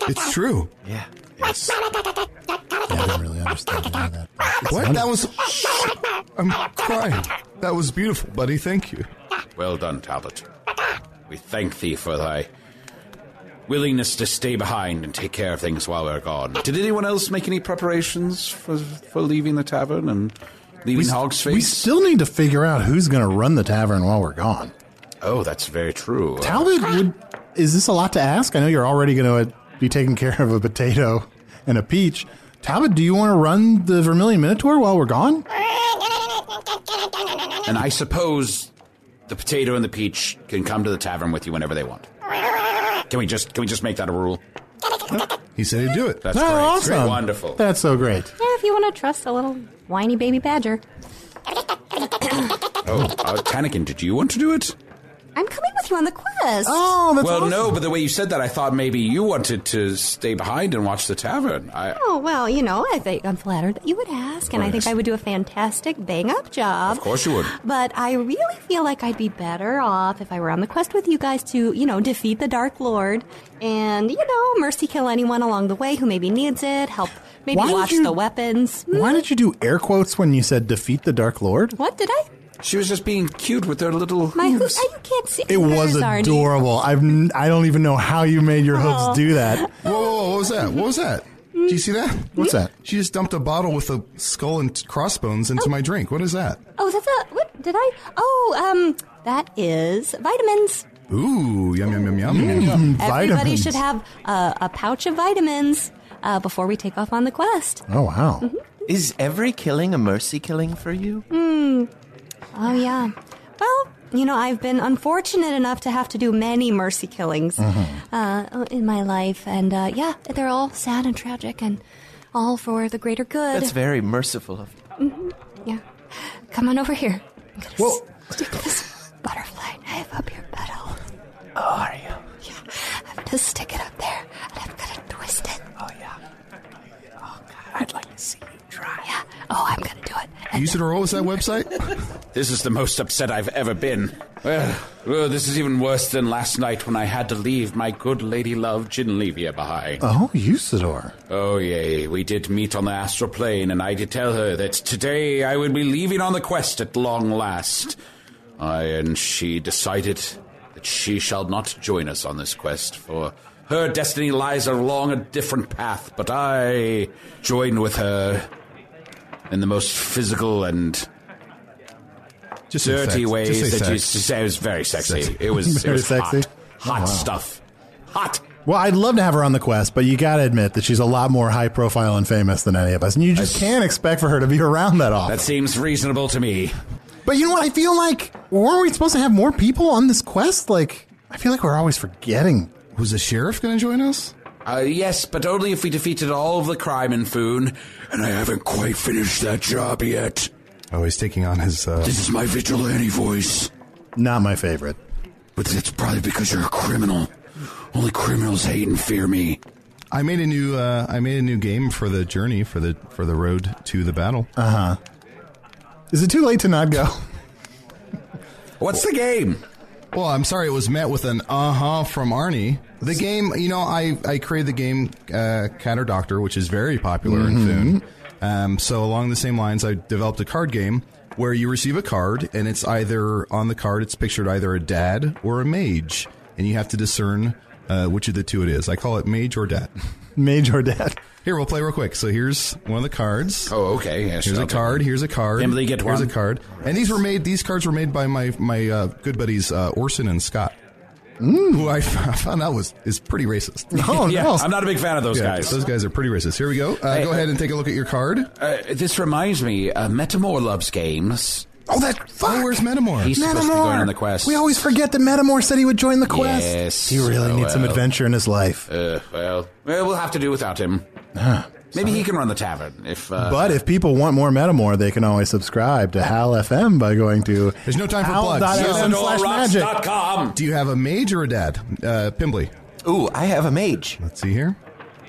Speaker 4: It's true.
Speaker 5: Yeah.
Speaker 4: Yes.
Speaker 2: I don't really understand any of that.
Speaker 4: What? That was. I'm crying. That was beautiful, buddy. Thank you.
Speaker 3: Well done, Talbot. We thank thee for thy willingness to stay behind and take care of things while we're gone. Did anyone else make any preparations for for leaving the tavern and leaving Hogsface?
Speaker 2: We still need to figure out who's going to run the tavern while we're gone.
Speaker 3: oh, that's very true.
Speaker 2: Talbot, would, is this a lot to ask? I know you're already going to be taking care of a potato and a peach. Talbot, do you want to run the Vermilion Minotaur while we're gone?
Speaker 3: and I suppose the potato and the peach can come to the tavern with you whenever they want. Can we just can we just make that a rule?
Speaker 4: He said he'd do it.
Speaker 3: That's
Speaker 2: Oh,
Speaker 3: great.
Speaker 2: awesome.
Speaker 3: Great. Wonderful.
Speaker 2: That's so great.
Speaker 7: Yeah, if you want to trust a little whiny baby badger.
Speaker 3: Oh, uh, Tannikin, did you want to do it?
Speaker 7: I'm coming with you on the quest.
Speaker 2: Oh,
Speaker 3: well, no, but the way you said that, I thought maybe you wanted to stay behind and watch the tavern. I,
Speaker 7: Oh, well, you know, I think I'm flattered that you would ask, and I think
Speaker 3: Yes.
Speaker 7: I would do a fantastic bang up job.
Speaker 3: of course you would.
Speaker 7: But I really feel like I'd be better off if I were on the quest with you guys to, you know, defeat the Dark Lord and, you know, mercy kill anyone along the way who maybe needs it, help maybe
Speaker 2: Why did
Speaker 7: watch
Speaker 2: you-
Speaker 7: the weapons.
Speaker 2: Why did you do air quotes when you said defeat the Dark Lord?
Speaker 7: What did I?
Speaker 3: She was just being cute with her little
Speaker 7: My hooves. Oh, You can't see
Speaker 2: It
Speaker 7: my
Speaker 2: was
Speaker 7: hooves, Arnie.
Speaker 2: adorable. I've n- I don't even know how you made your
Speaker 7: Oh.
Speaker 2: hooves do that.
Speaker 4: Whoa, whoa, whoa, what was that? What was that? Do you see that?
Speaker 2: What's that?
Speaker 4: She just dumped a bottle with a skull and crossbones into my drink. What is that?
Speaker 7: Oh, that's a. What did I? Oh, um, that is vitamins. Mm,
Speaker 4: Ooh, yum, yum, yum, yum. yum.
Speaker 7: Mm-hmm. Everybody should have uh, a pouch of vitamins uh, before we take off on the quest.
Speaker 2: Oh wow.
Speaker 6: Mm-hmm.
Speaker 5: Is every killing a mercy killing for you?
Speaker 7: Hmm. Oh, yeah. Well, you know, I've been unfortunate enough to have to do many mercy killings
Speaker 4: Uh-huh.
Speaker 7: uh, in my life. And uh, yeah, they're all sad and tragic and all for the greater good.
Speaker 5: That's very merciful of you.
Speaker 7: Mhm. Yeah. Come on over here. I'm gonna
Speaker 5: Well-
Speaker 7: stick this butterfly knife up your butt.
Speaker 5: Oh, are you?
Speaker 7: I'm gonna stick it up there and I'm gonna twist it. Oh yeah.
Speaker 5: Oh, I'd like to see you try.
Speaker 7: Yeah. Oh, I'm gonna do it.
Speaker 4: Usador, what was that website?
Speaker 3: This is the most upset I've ever been. Well, well, this is even worse than last night when I had to leave my good lady love Ginlevia behind.
Speaker 2: Oh, Usador.
Speaker 3: Oh, yea, we did meet on the astral plane, and I did tell her that today I would be leaving on the quest at long last. I and she decided that she shall not join us on this quest, for her destiny lies along a different path, but I joined with her in the most physical and
Speaker 4: Just say
Speaker 3: dirty
Speaker 4: sex.
Speaker 3: ways
Speaker 4: Just say
Speaker 3: that you
Speaker 4: sex.
Speaker 3: say it was very sexy.
Speaker 4: Sexy.
Speaker 3: It was,
Speaker 2: Very
Speaker 3: it was
Speaker 2: sexy.
Speaker 3: hot, hot
Speaker 2: Oh, wow.
Speaker 3: stuff. Hot.
Speaker 2: Well, I'd love to have her on the quest, but you got to admit that she's a lot more high profile and famous than any of us, and you just can't expect for her to be around that often.
Speaker 3: That seems reasonable to me.
Speaker 2: But you know what? I feel like weren't we supposed to have more people on this quest? Like, I feel like we're always forgetting.
Speaker 4: Was the sheriff going to join us?
Speaker 3: Uh, yes, but only if we defeated all of the crime in Foon. And I haven't quite finished that job yet.
Speaker 4: Oh, he's taking on his. Uh,
Speaker 3: This is my vigilante voice.
Speaker 2: Not my favorite.
Speaker 3: But that's probably because you're a criminal. Only criminals hate and fear me.
Speaker 4: I made a new. Uh, I made a new game for the journey for the for the road to the battle.
Speaker 2: Uh huh. Is it too late to not go?
Speaker 3: What's the game?
Speaker 4: Well, I'm sorry, it was met with an uh huh from Arnie. The game, you know, I, I created the game uh, Cat or Doctor, which is very popular in Foon. Um, so, along the same lines, I developed a card game where you receive a card, and it's either on the card, it's pictured either a dad or a mage, and you have to discern uh, which of the two it is. I call it mage or dad.
Speaker 2: Mage or dad.
Speaker 4: Here, we'll play real quick. So, here's one of the cards.
Speaker 3: Oh, okay. Yes,
Speaker 4: here's a
Speaker 3: okay.
Speaker 4: card. Here's a card.
Speaker 3: Emily, get
Speaker 4: Here's
Speaker 3: one.
Speaker 4: a card. And these were made. These cards were made by my my uh, good buddies uh, Orson and Scott, who I f- I found out was is pretty racist.
Speaker 2: Mm. Oh, No,
Speaker 3: Yeah, no. I'm not a big fan of those
Speaker 4: Oh, Yeah,
Speaker 3: guys.
Speaker 4: Those guys are pretty racist. Here we go. Uh,
Speaker 3: Hey.
Speaker 4: go ahead and take a look at your card.
Speaker 3: Uh, this reminds me, uh, Metamore loves games.
Speaker 2: Oh, that fuck.
Speaker 4: where's Metamore?
Speaker 3: He's supposed to be going on the quest.
Speaker 2: We always forget that Metamore said he would join the quest.
Speaker 3: Yes.
Speaker 2: He really
Speaker 3: Oh,
Speaker 2: needs some
Speaker 3: well.
Speaker 2: adventure in his life. Ah,
Speaker 3: Uh, well, uh, we'll have to do without him. Maybe he can run the tavern if. Uh,
Speaker 2: But if people want more Metamore, they can always subscribe to Hal FM by going to
Speaker 4: There's no time for
Speaker 2: Hal dot
Speaker 4: plugs.
Speaker 2: FM
Speaker 4: Usador
Speaker 2: slash magic.
Speaker 3: com.
Speaker 4: Do you have a mage or a dad, uh, Pimbly?
Speaker 5: Ooh, I have a mage.
Speaker 4: Let's see here.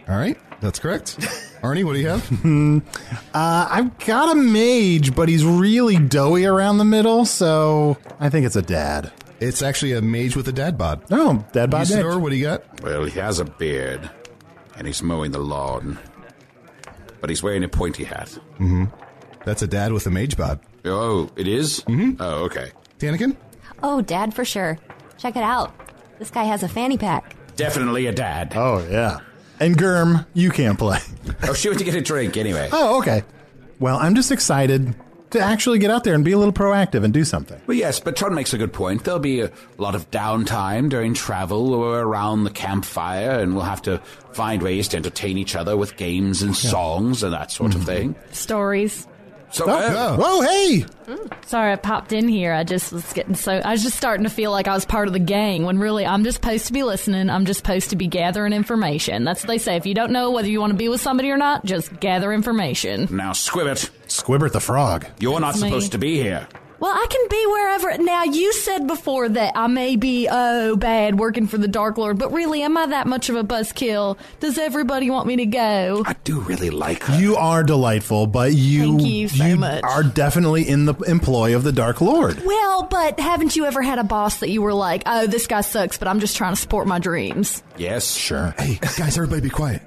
Speaker 4: All right, that's correct. Arnie, what do you have?
Speaker 2: Uh, I've got a mage, but he's really doughy around the middle, so I think it's a dad.
Speaker 4: It's actually a mage with a dad bod.
Speaker 2: No, dad by mage.
Speaker 4: Usador, what do you got?
Speaker 3: Well, he has a beard, and he's mowing the lawn, but he's wearing a pointy hat.
Speaker 4: That's a dad with a mage bod.
Speaker 3: Oh, it is? Mm-hmm. Oh, okay.
Speaker 4: Danikin?
Speaker 7: Oh, dad for sure. Check it out. This guy has a fanny pack.
Speaker 3: Definitely a dad. Oh,
Speaker 2: Oh yeah, and Germ, you can't play.
Speaker 3: she went Oh, to get a drink anyway.
Speaker 2: Oh okay. Well, I'm just excited to actually get out there and be a little proactive and do something.
Speaker 3: Well, yes, but Tron makes a good point. There'll be a lot of downtime during travel or around the campfire, and we'll have to find ways to entertain each other with games and songs and that
Speaker 2: Hmm.
Speaker 3: sort of thing.
Speaker 9: Stories. Mm.
Speaker 3: So,
Speaker 2: Oh,
Speaker 3: uh,
Speaker 2: whoa, hey!
Speaker 9: Sorry, I popped in here. I just was getting so. I was just starting to feel like I was part of the gang when really I'm just supposed to be listening. I'm just supposed to be gathering information. That's what they say. If you don't know whether you want to be with somebody or not, just gather information.
Speaker 3: now Squibbit,
Speaker 2: Squibbert the frog.
Speaker 3: you're not
Speaker 9: That's me.
Speaker 3: supposed to be here.
Speaker 9: Well, I can be wherever. Now, you said before that I may be, oh, bad working for the Dark Lord, but really, am I that much of a buzzkill? Does everybody want me to go?
Speaker 3: I do really like her.
Speaker 2: You are delightful, but you
Speaker 9: Thank you so much.
Speaker 2: are definitely in the employ of the Dark Lord.
Speaker 9: Well, but haven't you ever had a boss that you were like, oh, this guy sucks, but I'm just trying to support my dreams?
Speaker 3: Yes,
Speaker 2: Sure.
Speaker 4: Hey, guys, everybody be quiet.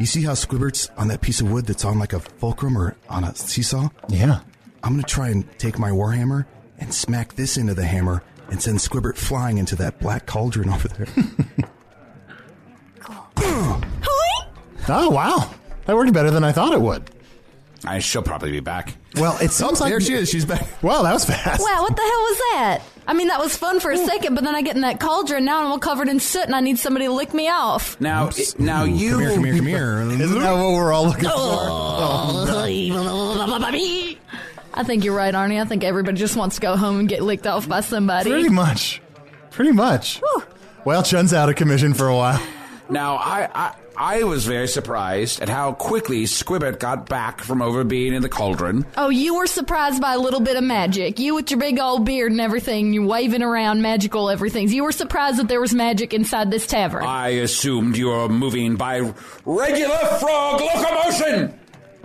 Speaker 4: You see how Squibbert's on that piece of wood that's on like a fulcrum or on a seesaw?
Speaker 2: Yeah.
Speaker 4: I'm gonna try and take my warhammer and smack this into the hammer and send Squibbert flying into that black cauldron over there.
Speaker 2: Oh wow, that worked better than I thought it would.
Speaker 3: I shall probably be back.
Speaker 2: Well, it seems like
Speaker 4: there she is. She's back.
Speaker 2: Well, that was fast.
Speaker 9: Wow, what the hell was that? I mean, that was fun for a second, but then I get in that cauldron, now I'm all covered in soot, and I need somebody to lick me off.
Speaker 3: Now, i- now you.
Speaker 4: Come here, come here, come here.
Speaker 2: Isn't that what we're all looking
Speaker 7: Oh,
Speaker 3: Oh,
Speaker 9: I think you're right, Arnie. I think everybody just wants to go home and get licked off by somebody.
Speaker 2: Pretty much. Pretty much. Well, Chun's out of commission for a while.
Speaker 3: Now, I, I I was very surprised at how quickly Squibbit got back from over being in the cauldron.
Speaker 9: Oh, you were surprised by a little bit of magic. You with your big old beard and everything, you waving around magical everythings. You were surprised that there was magic inside this tavern.
Speaker 3: I assumed you were moving by regular frog locomotion,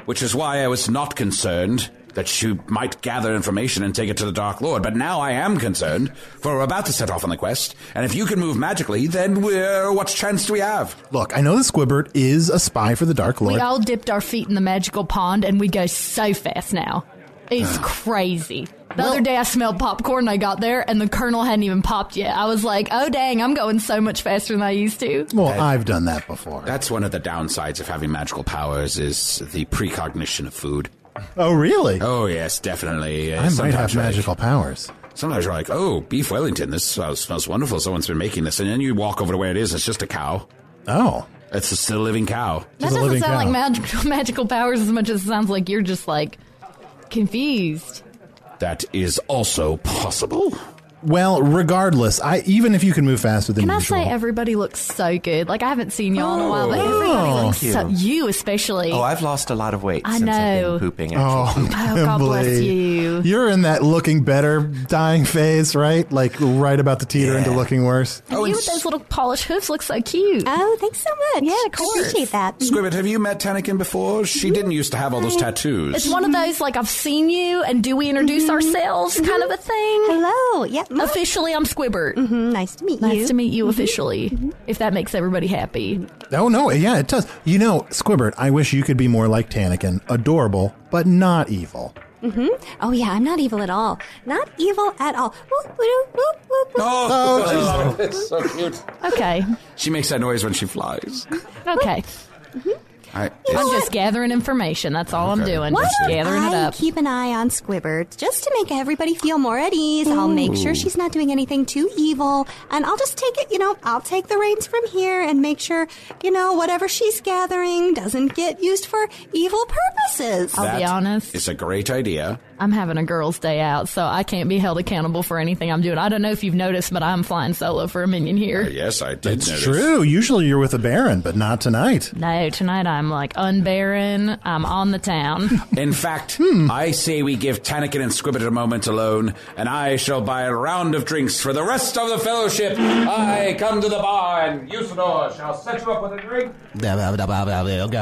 Speaker 3: which is why I was not concerned that you might gather information and take it to the Dark Lord. But now I am concerned, for we're about to set off on the quest, and if you can move magically, then we're what chance do we have?
Speaker 2: Look, I know that Squibbert is a spy for the Dark
Speaker 9: we
Speaker 2: Lord.
Speaker 9: all dipped our feet in the magical pond and we go so fast now.
Speaker 5: Ah.
Speaker 9: It's crazy. The other day I smelled popcorn and I got there and the kernel hadn't even popped yet. I was like, oh dang, I'm going so much faster than I used to.
Speaker 2: well, I've done that before.
Speaker 3: That's one of the downsides of having magical powers is the precognition of food.
Speaker 2: oh, really?
Speaker 3: Oh yes, definitely. Uh,
Speaker 2: I might
Speaker 3: sometimes
Speaker 2: have
Speaker 3: you're like-
Speaker 2: magical powers.
Speaker 3: Sometimes you're like, "Oh, beef Wellington. This uh, smells wonderful. Someone's been making this." And then you walk over to where it is. It's just a cow.
Speaker 2: Oh.
Speaker 3: It's a still living cow.
Speaker 9: That
Speaker 2: She's a
Speaker 9: doesn't
Speaker 2: living
Speaker 9: sound like
Speaker 2: cow.
Speaker 9: magic, magical powers as much as it sounds like you're just like confused.
Speaker 3: That is also possible.
Speaker 2: Well, regardless, I even if you can move faster than
Speaker 9: Can I
Speaker 2: usual.
Speaker 9: say everybody looks so good? Like I haven't seen y'all in a while, but
Speaker 5: Oh.
Speaker 9: everybody looks
Speaker 5: Thank
Speaker 9: so
Speaker 5: you.
Speaker 9: you especially.
Speaker 5: Oh, I've lost a lot of weight
Speaker 9: I
Speaker 5: since I've
Speaker 9: know.
Speaker 5: been pooping.
Speaker 2: Oh,
Speaker 5: Actually.
Speaker 9: Oh, God bless you.
Speaker 2: You're in that looking better dying phase, right? Like right about to teeter into looking worse.
Speaker 9: And you with those little polished hoofs look so cute.
Speaker 7: Oh, thanks so much. Yeah, of
Speaker 9: course.
Speaker 7: Appreciate that.
Speaker 3: Squibbit, have you met Tanakin before? She didn't used to have all those tattoos.
Speaker 9: It's one of those like I've seen you and do we introduce ourselves kind of a thing.
Speaker 7: Mm-hmm. Hello. Yeah,
Speaker 9: Officially, I'm Squibbert. Mm-hmm.
Speaker 7: Nice to meet Mm-hmm.
Speaker 9: Nice to meet you officially, if that makes everybody happy.
Speaker 2: Oh no, yeah, it does. You know, Squibbert, I wish you could be more like Tanakin, adorable but not evil.
Speaker 5: Mm-hmm.
Speaker 7: hmm Oh yeah, I'm not evil at all. Not evil at all. Whoop, whoop, whoop, whoop, whoop.
Speaker 3: Oh,
Speaker 2: Oh,
Speaker 3: I love it. It's so cute.
Speaker 9: Okay.
Speaker 3: She makes that noise when she flies.
Speaker 9: Okay.
Speaker 3: I,
Speaker 9: I'm
Speaker 3: it's-
Speaker 9: just gathering information. That's all I'm
Speaker 3: Okay.
Speaker 9: doing.
Speaker 7: Why
Speaker 9: Just
Speaker 7: don't
Speaker 9: gathering
Speaker 7: I
Speaker 9: it up.
Speaker 7: keep an eye on Squibbert just to make everybody feel more at ease? I'll make sure
Speaker 9: Ooh.
Speaker 7: she's not doing anything too evil, and I'll just take it. You know, I'll take the reins from here and make sure you know whatever she's gathering doesn't get used for evil purposes.
Speaker 9: I'll be
Speaker 3: That
Speaker 9: honest.
Speaker 3: It's a great idea.
Speaker 9: I'm having a girls' day out, so I can't be held accountable for anything I'm doing. I don't know if you've noticed, but I'm flying solo for a minion here.
Speaker 3: Uh, Yes, I did.
Speaker 2: It's
Speaker 3: notice.
Speaker 2: true. Usually you're with a Baron, but not tonight.
Speaker 9: No, tonight I'm like unbarren. I'm on the town.
Speaker 3: In fact, I say we give Tanakin and Squibbit a moment alone, and I shall buy a round of drinks for the rest of the fellowship. I come to the bar, and Usador shall set you up with a drink,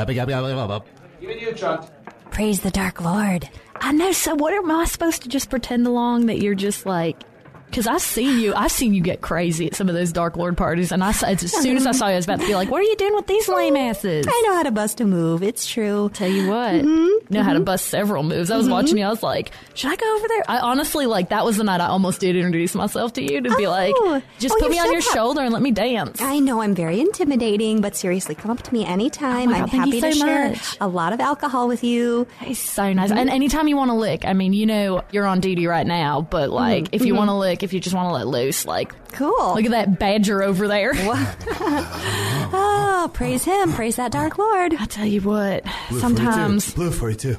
Speaker 3: even you, Chunt.
Speaker 7: Praise the Dark Lord.
Speaker 9: I know. So what am I supposed to just pretend along that you're just like? Because I've seen you, I've seen you get crazy at some of those Dark Lord parties, and I saw, as soon as I saw you, I was about to be like, "What are you doing with these lame asses?"
Speaker 7: I know how to bust a move. It's true. Mm-hmm.
Speaker 9: Tell you what, know how to bust several moves. I was
Speaker 7: Mhm.
Speaker 9: watching you. I was like, "Should I go over there?" I honestly like that was the night I almost did introduce myself to you to be like, "Just
Speaker 7: Oh,
Speaker 9: put
Speaker 7: you
Speaker 9: me on
Speaker 7: should
Speaker 9: your
Speaker 7: have.
Speaker 9: shoulder and let me dance."
Speaker 7: I know I'm very intimidating, but seriously, come up to me anytime.
Speaker 9: Oh my
Speaker 7: I'm
Speaker 9: God, thank
Speaker 7: happy
Speaker 9: you
Speaker 7: to
Speaker 9: so
Speaker 7: share
Speaker 9: much.
Speaker 7: a lot of alcohol with you. Mm-hmm.
Speaker 9: It's so nice. And anytime you want to lick, I mean, you know, you're on duty right now, but like,
Speaker 7: Mhm.
Speaker 9: if you
Speaker 7: Mhm.
Speaker 9: want to lick, if you just want to let loose, like,
Speaker 7: cool.
Speaker 9: Look at that badger over there.
Speaker 7: oh, praise him. Praise that Dark Lord. I
Speaker 9: tell you what,
Speaker 4: Blue 42.
Speaker 7: sometimes.
Speaker 4: Blue 42.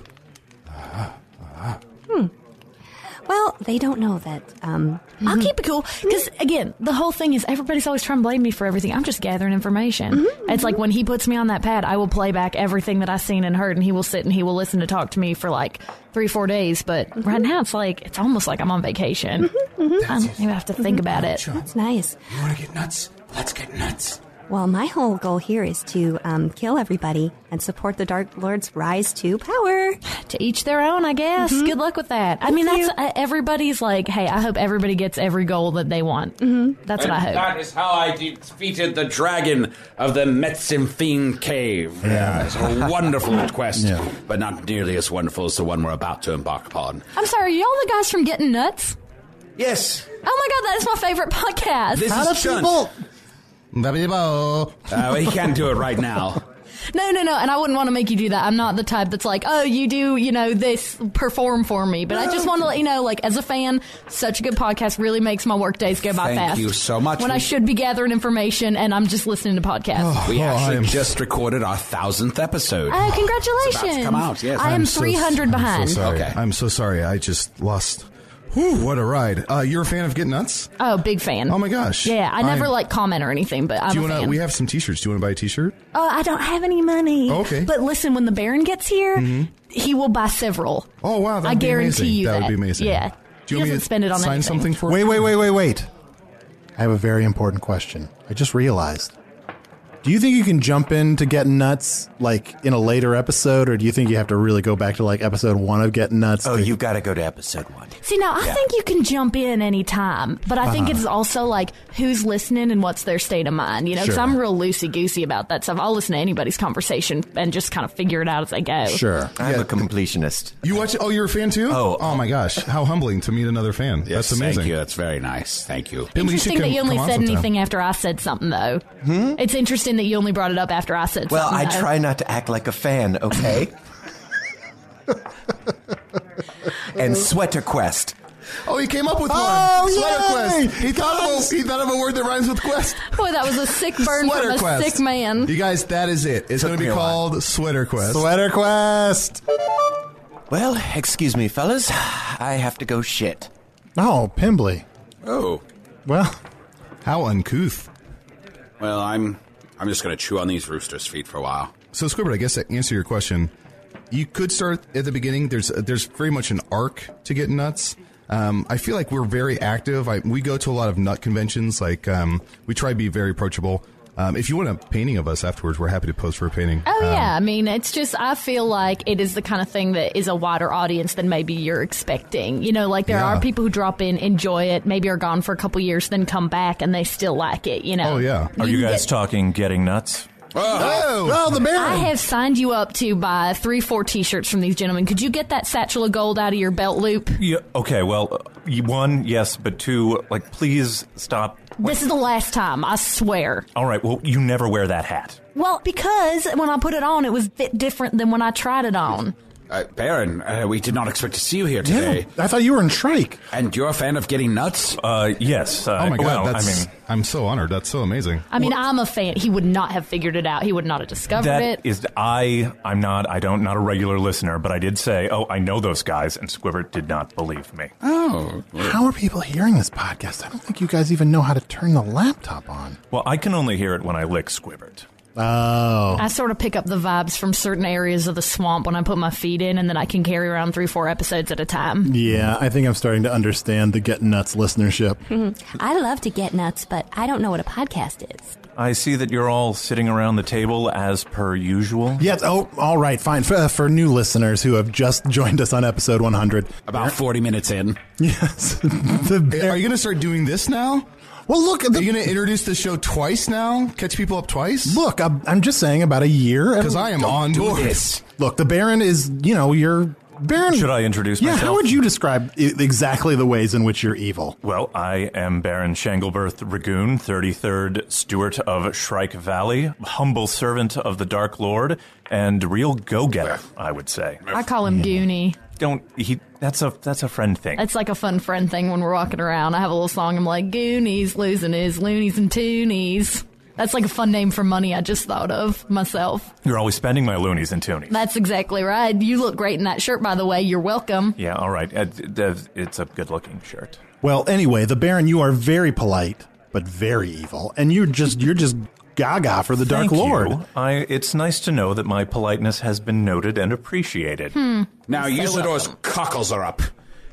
Speaker 9: hmm,
Speaker 7: Well, they don't know that. Um,
Speaker 9: I'll keep it cool because again, the whole thing is everybody's always trying to blame me for everything. I'm just gathering information.
Speaker 7: Mm-hmm.
Speaker 9: It's like when he puts me on that pad, I will play back everything that I've seen and heard, and he will sit and he will listen to talk to me for like three, four days. But
Speaker 7: Mm-hmm.
Speaker 9: right now, it's like it's almost like I'm on vacation. Mm-hmm. I don't even have to think about it.
Speaker 7: Mm-hmm. That's nice.
Speaker 3: You want to get nuts? Let's get nuts.
Speaker 7: Well, my whole goal here is to um, kill everybody and support the Dark Lord's rise to power. Mm-hmm.
Speaker 9: To each their own, I guess. Good luck with that. I mean, that's uh, everybody's like, hey, I hope everybody gets every goal that they want. Mm-hmm. That's
Speaker 3: and
Speaker 9: what I hope.
Speaker 3: That is how I defeated the dragon of the Metzimfine Cave.
Speaker 2: Yeah.
Speaker 3: It's a wonderful quest, but not nearly as wonderful as the one we're about to embark upon.
Speaker 9: I'm sorry, are y'all the guys from Getting Nuts?
Speaker 3: Yes.
Speaker 9: Oh my god, that is my favorite podcast.
Speaker 3: This How is do Chunt. people-
Speaker 4: Uh,
Speaker 3: well, he can't do it right now.
Speaker 9: No, no, no, and I wouldn't want to make you do that. I'm not the type that's like, oh, you do, you know, this perform for me. But I just want to let you know, like, as a fan, such a good podcast really makes my work days go by
Speaker 3: Thank
Speaker 9: fast.
Speaker 3: you so much.
Speaker 9: When I
Speaker 3: We-
Speaker 9: should be gathering information and I'm just listening to podcasts.
Speaker 3: we
Speaker 4: oh, I
Speaker 3: actually
Speaker 4: am-
Speaker 3: just recorded our thousandth episode. It's
Speaker 9: Oh,
Speaker 3: about
Speaker 9: congratulations!
Speaker 3: to come out, yes.
Speaker 9: I am
Speaker 4: so-
Speaker 9: 300
Speaker 4: I'm
Speaker 9: behind.
Speaker 4: so sorry.
Speaker 3: Okay.
Speaker 4: I'm so sorry. I just lost. Whew, what a ride. Uh, you're a fan of Get Nuts?
Speaker 9: Oh, big fan. Oh
Speaker 4: my gosh.
Speaker 9: Yeah, I never
Speaker 4: I'm-
Speaker 9: like comment or anything, but I'm
Speaker 4: Do you
Speaker 9: a
Speaker 4: wanna-
Speaker 9: fan.
Speaker 4: We have some t shirts. Do you want to buy a t shirt?
Speaker 9: oh, I don't have any money.
Speaker 4: Okay. Mm-hmm.
Speaker 9: But listen, when the Baron gets here, he will buy several.
Speaker 4: Oh wow!
Speaker 9: I
Speaker 4: would be
Speaker 9: guarantee
Speaker 4: amazing.
Speaker 9: you
Speaker 4: That
Speaker 9: that.
Speaker 4: would be amazing.
Speaker 9: Yeah.
Speaker 4: Do you
Speaker 9: he
Speaker 4: want me
Speaker 9: doesn't
Speaker 4: to
Speaker 9: spend it on
Speaker 4: sign
Speaker 9: anything.
Speaker 4: something for
Speaker 2: Wait, wait, wait, wait, wait. I have a very important question. I just realized. Do you think you can jump in to Getting Nuts like in a later episode, or do you think you have to really go back to like episode one of Getting Nuts?
Speaker 5: Oh, you've got to go to episode one.
Speaker 9: See, now I
Speaker 5: Yeah.
Speaker 9: think you can jump in anytime, but I think
Speaker 5: Uh-huh.
Speaker 9: it's also like who's listening and what's their state of mind. You know, 'cause
Speaker 2: Sure.
Speaker 9: I'm real loosey goosey about that stuff. I'll listen to anybody's conversation and just kind of figure it out as I go.
Speaker 5: I'm a completionist.
Speaker 4: You watch? Oh, you're a fan too? Oh, oh my gosh! How humbling to meet another fan. That's amazing.
Speaker 3: Thank you. That's very nice. Thank you.
Speaker 4: Pimley, you should
Speaker 9: Interesting that
Speaker 4: come-
Speaker 9: you only
Speaker 4: come on
Speaker 9: said
Speaker 4: sometime.
Speaker 9: anything after I said something, though. It's interesting that you only brought it up after I said
Speaker 5: Hmm? Well, I
Speaker 9: something. though.
Speaker 5: try not to act like a fan, okay? and Sweater Quest.
Speaker 4: Oh, he came up with one.
Speaker 9: Oh,
Speaker 4: Sweater
Speaker 9: yay!
Speaker 4: quest. He thought of a he thought of a word that rhymes with quest.
Speaker 9: Boy, that was a sick burn
Speaker 4: Sweater
Speaker 9: from a
Speaker 4: quest.
Speaker 9: sick man.
Speaker 4: You guys, that is it. It's going to be called Sweater Quest.
Speaker 2: Sweater Quest.
Speaker 5: Well, excuse me, fellas. I have to go shit.
Speaker 2: Oh, Pimbly.
Speaker 3: Oh.
Speaker 2: Well,
Speaker 4: how uncouth.
Speaker 3: Well, I'm I'm just going to chew on these rooster's feet for a while.
Speaker 4: So, Squibbert, I guess to answer your question, you could start at the beginning. There's there's very much an arc to get nuts. Um, I feel like we're very active. I, we go to a lot of nut conventions. Like um, we try to be very approachable. Um, if you want a painting of us afterwards, we're happy to post for a painting.
Speaker 9: Oh,
Speaker 4: Um,
Speaker 9: yeah. I mean, it's just, I feel like it is the kind of thing that is a wider audience than maybe you're expecting. You know, like there
Speaker 4: Yeah.
Speaker 9: are people who drop in, enjoy it, maybe are gone for a couple years, then come back and they still like it, you know?
Speaker 10: Are you
Speaker 9: can
Speaker 10: guys
Speaker 9: get-
Speaker 10: talking getting nuts?
Speaker 4: Oh, oh, the
Speaker 9: I have signed you up to buy three, four t shirts from these gentlemen. Could you get that satchel of gold out of your belt loop?
Speaker 10: Yeah, okay, well, uh, y- one, yes, but two, like, please stop.
Speaker 9: This is the last time, I swear.
Speaker 10: All right, well, you never wear that hat.
Speaker 9: Well, because when I put it on, it was a bit different than when I tried it on.
Speaker 3: Uh, Baron, uh, we did not expect to see you here today.
Speaker 2: I thought you were in Shrike.
Speaker 3: And you're a fan of getting nuts?
Speaker 10: Uh, yes.
Speaker 4: oh my god,
Speaker 10: well, I
Speaker 4: that's, I
Speaker 10: mean-
Speaker 4: am so honored. That's so amazing.
Speaker 9: I mean, I'm a fan. He would not have figured it out. He would not have discovered it.
Speaker 10: That is, I, I'm not, I don't, not a regular listener, but I did say, oh, I know those guys, and Squibbert did not believe me.
Speaker 2: Oh. How are people hearing this podcast? I don't think you guys even know how to turn the laptop on.
Speaker 10: Well, I can only hear it when I lick Squibbert.
Speaker 2: Oh.
Speaker 9: I sort of pick up the vibes from certain areas of the swamp when I put my feet in, and then I can carry around three, four episodes at a time.
Speaker 2: Yeah, I think I'm starting to understand the Get Nuts listenership.
Speaker 7: Mhm. I love to get nuts, but I don't know what a podcast is.
Speaker 10: I see that you're all sitting around the table as per usual.
Speaker 2: Yes. Oh, all right. Fine. For, uh, for new listeners who have just joined us on episode 100,
Speaker 3: About 40 minutes in.
Speaker 2: Yes.
Speaker 4: Are you going to start doing this now?
Speaker 2: Well, look.
Speaker 4: Are you going to introduce the show twice now? Catch people up twice?
Speaker 2: Look, I'm, I'm just saying about a year.
Speaker 4: 'Cause I am Don't on do board. this.
Speaker 2: Look, the Baron is, you know, your Baron.
Speaker 10: Should I introduce
Speaker 2: yeah,
Speaker 10: myself?
Speaker 2: how would you describe i- exactly the ways in which you're evil?
Speaker 10: Well, I am Baron Shanglebirth Ragoon, 33rd Steward of Shrike Valley, humble servant of the Dark Lord, and real go-getter, I would say.
Speaker 9: I call him Goonie.
Speaker 10: Don't he? That's a that's a friend thing.
Speaker 9: It's like a fun friend thing when we're walking around. I have a little song. I'm like, Goonies, losing his loonies and toonies. That's like a fun name for money I just thought of myself.
Speaker 10: You're always spending my loonies and toonies.
Speaker 9: That's exactly right. You look great in that shirt, by the way. You're welcome.
Speaker 10: Yeah, all right. Uh, th- th- It's a good-looking shirt.
Speaker 2: Well, anyway, the Baron, you are very polite, but very evil. And you're just, you're just gaga for the Dark
Speaker 10: Thank you.
Speaker 2: Lord.
Speaker 10: I, it's nice to know that my politeness has been noted and appreciated.
Speaker 3: Now, Usador's cockles are up,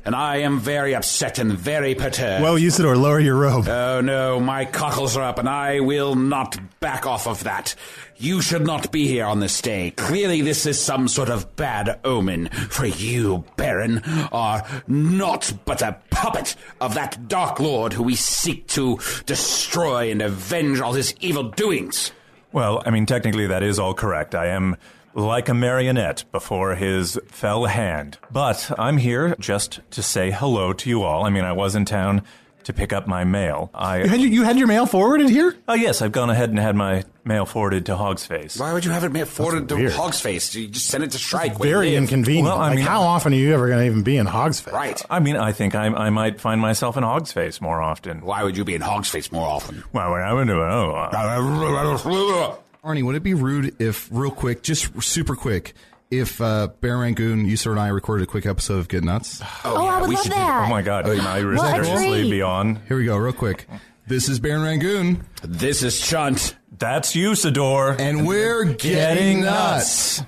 Speaker 3: and I am very upset and very perturbed.
Speaker 2: Well, Usador, lower your robe.
Speaker 3: Oh no, my cockles are up, and I will not back off of that. You should not be here on this day. Clearly, this is some sort of bad omen, for you, Baron, are naught but a puppet of that Dark Lord who we seek to destroy and avenge all his evil doings.
Speaker 10: Well, I mean, technically, that is all correct. I am like a marionette before his fell hand. But I'm here just to say hello to you all. I mean, I was in town to pick up my mail. I
Speaker 2: You had, your, you had your mail forwarded here?
Speaker 10: Oh, yes, I've gone ahead and had my mail forwarded to Hogsface.
Speaker 3: Why would you have it made forwarded to
Speaker 10: weird.
Speaker 3: Hogsface? You just send it to Shrike. where you
Speaker 2: Very
Speaker 3: live.
Speaker 2: inconvenient.
Speaker 10: Well, I
Speaker 2: like,
Speaker 10: mean-
Speaker 2: how often are you ever going to even be in Hogsface?
Speaker 3: Right.
Speaker 10: I mean, I think I, I might find myself in Hogsface more often.
Speaker 3: Why would you be in Hogsface more often?
Speaker 10: Why would I would do it? Oh,
Speaker 4: Arnie, would it be rude if, real quick, just super quick, if uh, Baron Rangoon, Yusor, and I recorded a quick episode of Get Nuts?
Speaker 7: Oh, I would love that.
Speaker 10: Oh my god, can I
Speaker 7: What a
Speaker 10: seriously
Speaker 7: treat.
Speaker 10: be on?
Speaker 4: Here we go, real quick. This is Baron Rangoon.
Speaker 3: This is Chunt.
Speaker 10: That's Usador.
Speaker 4: And we're getting nuts.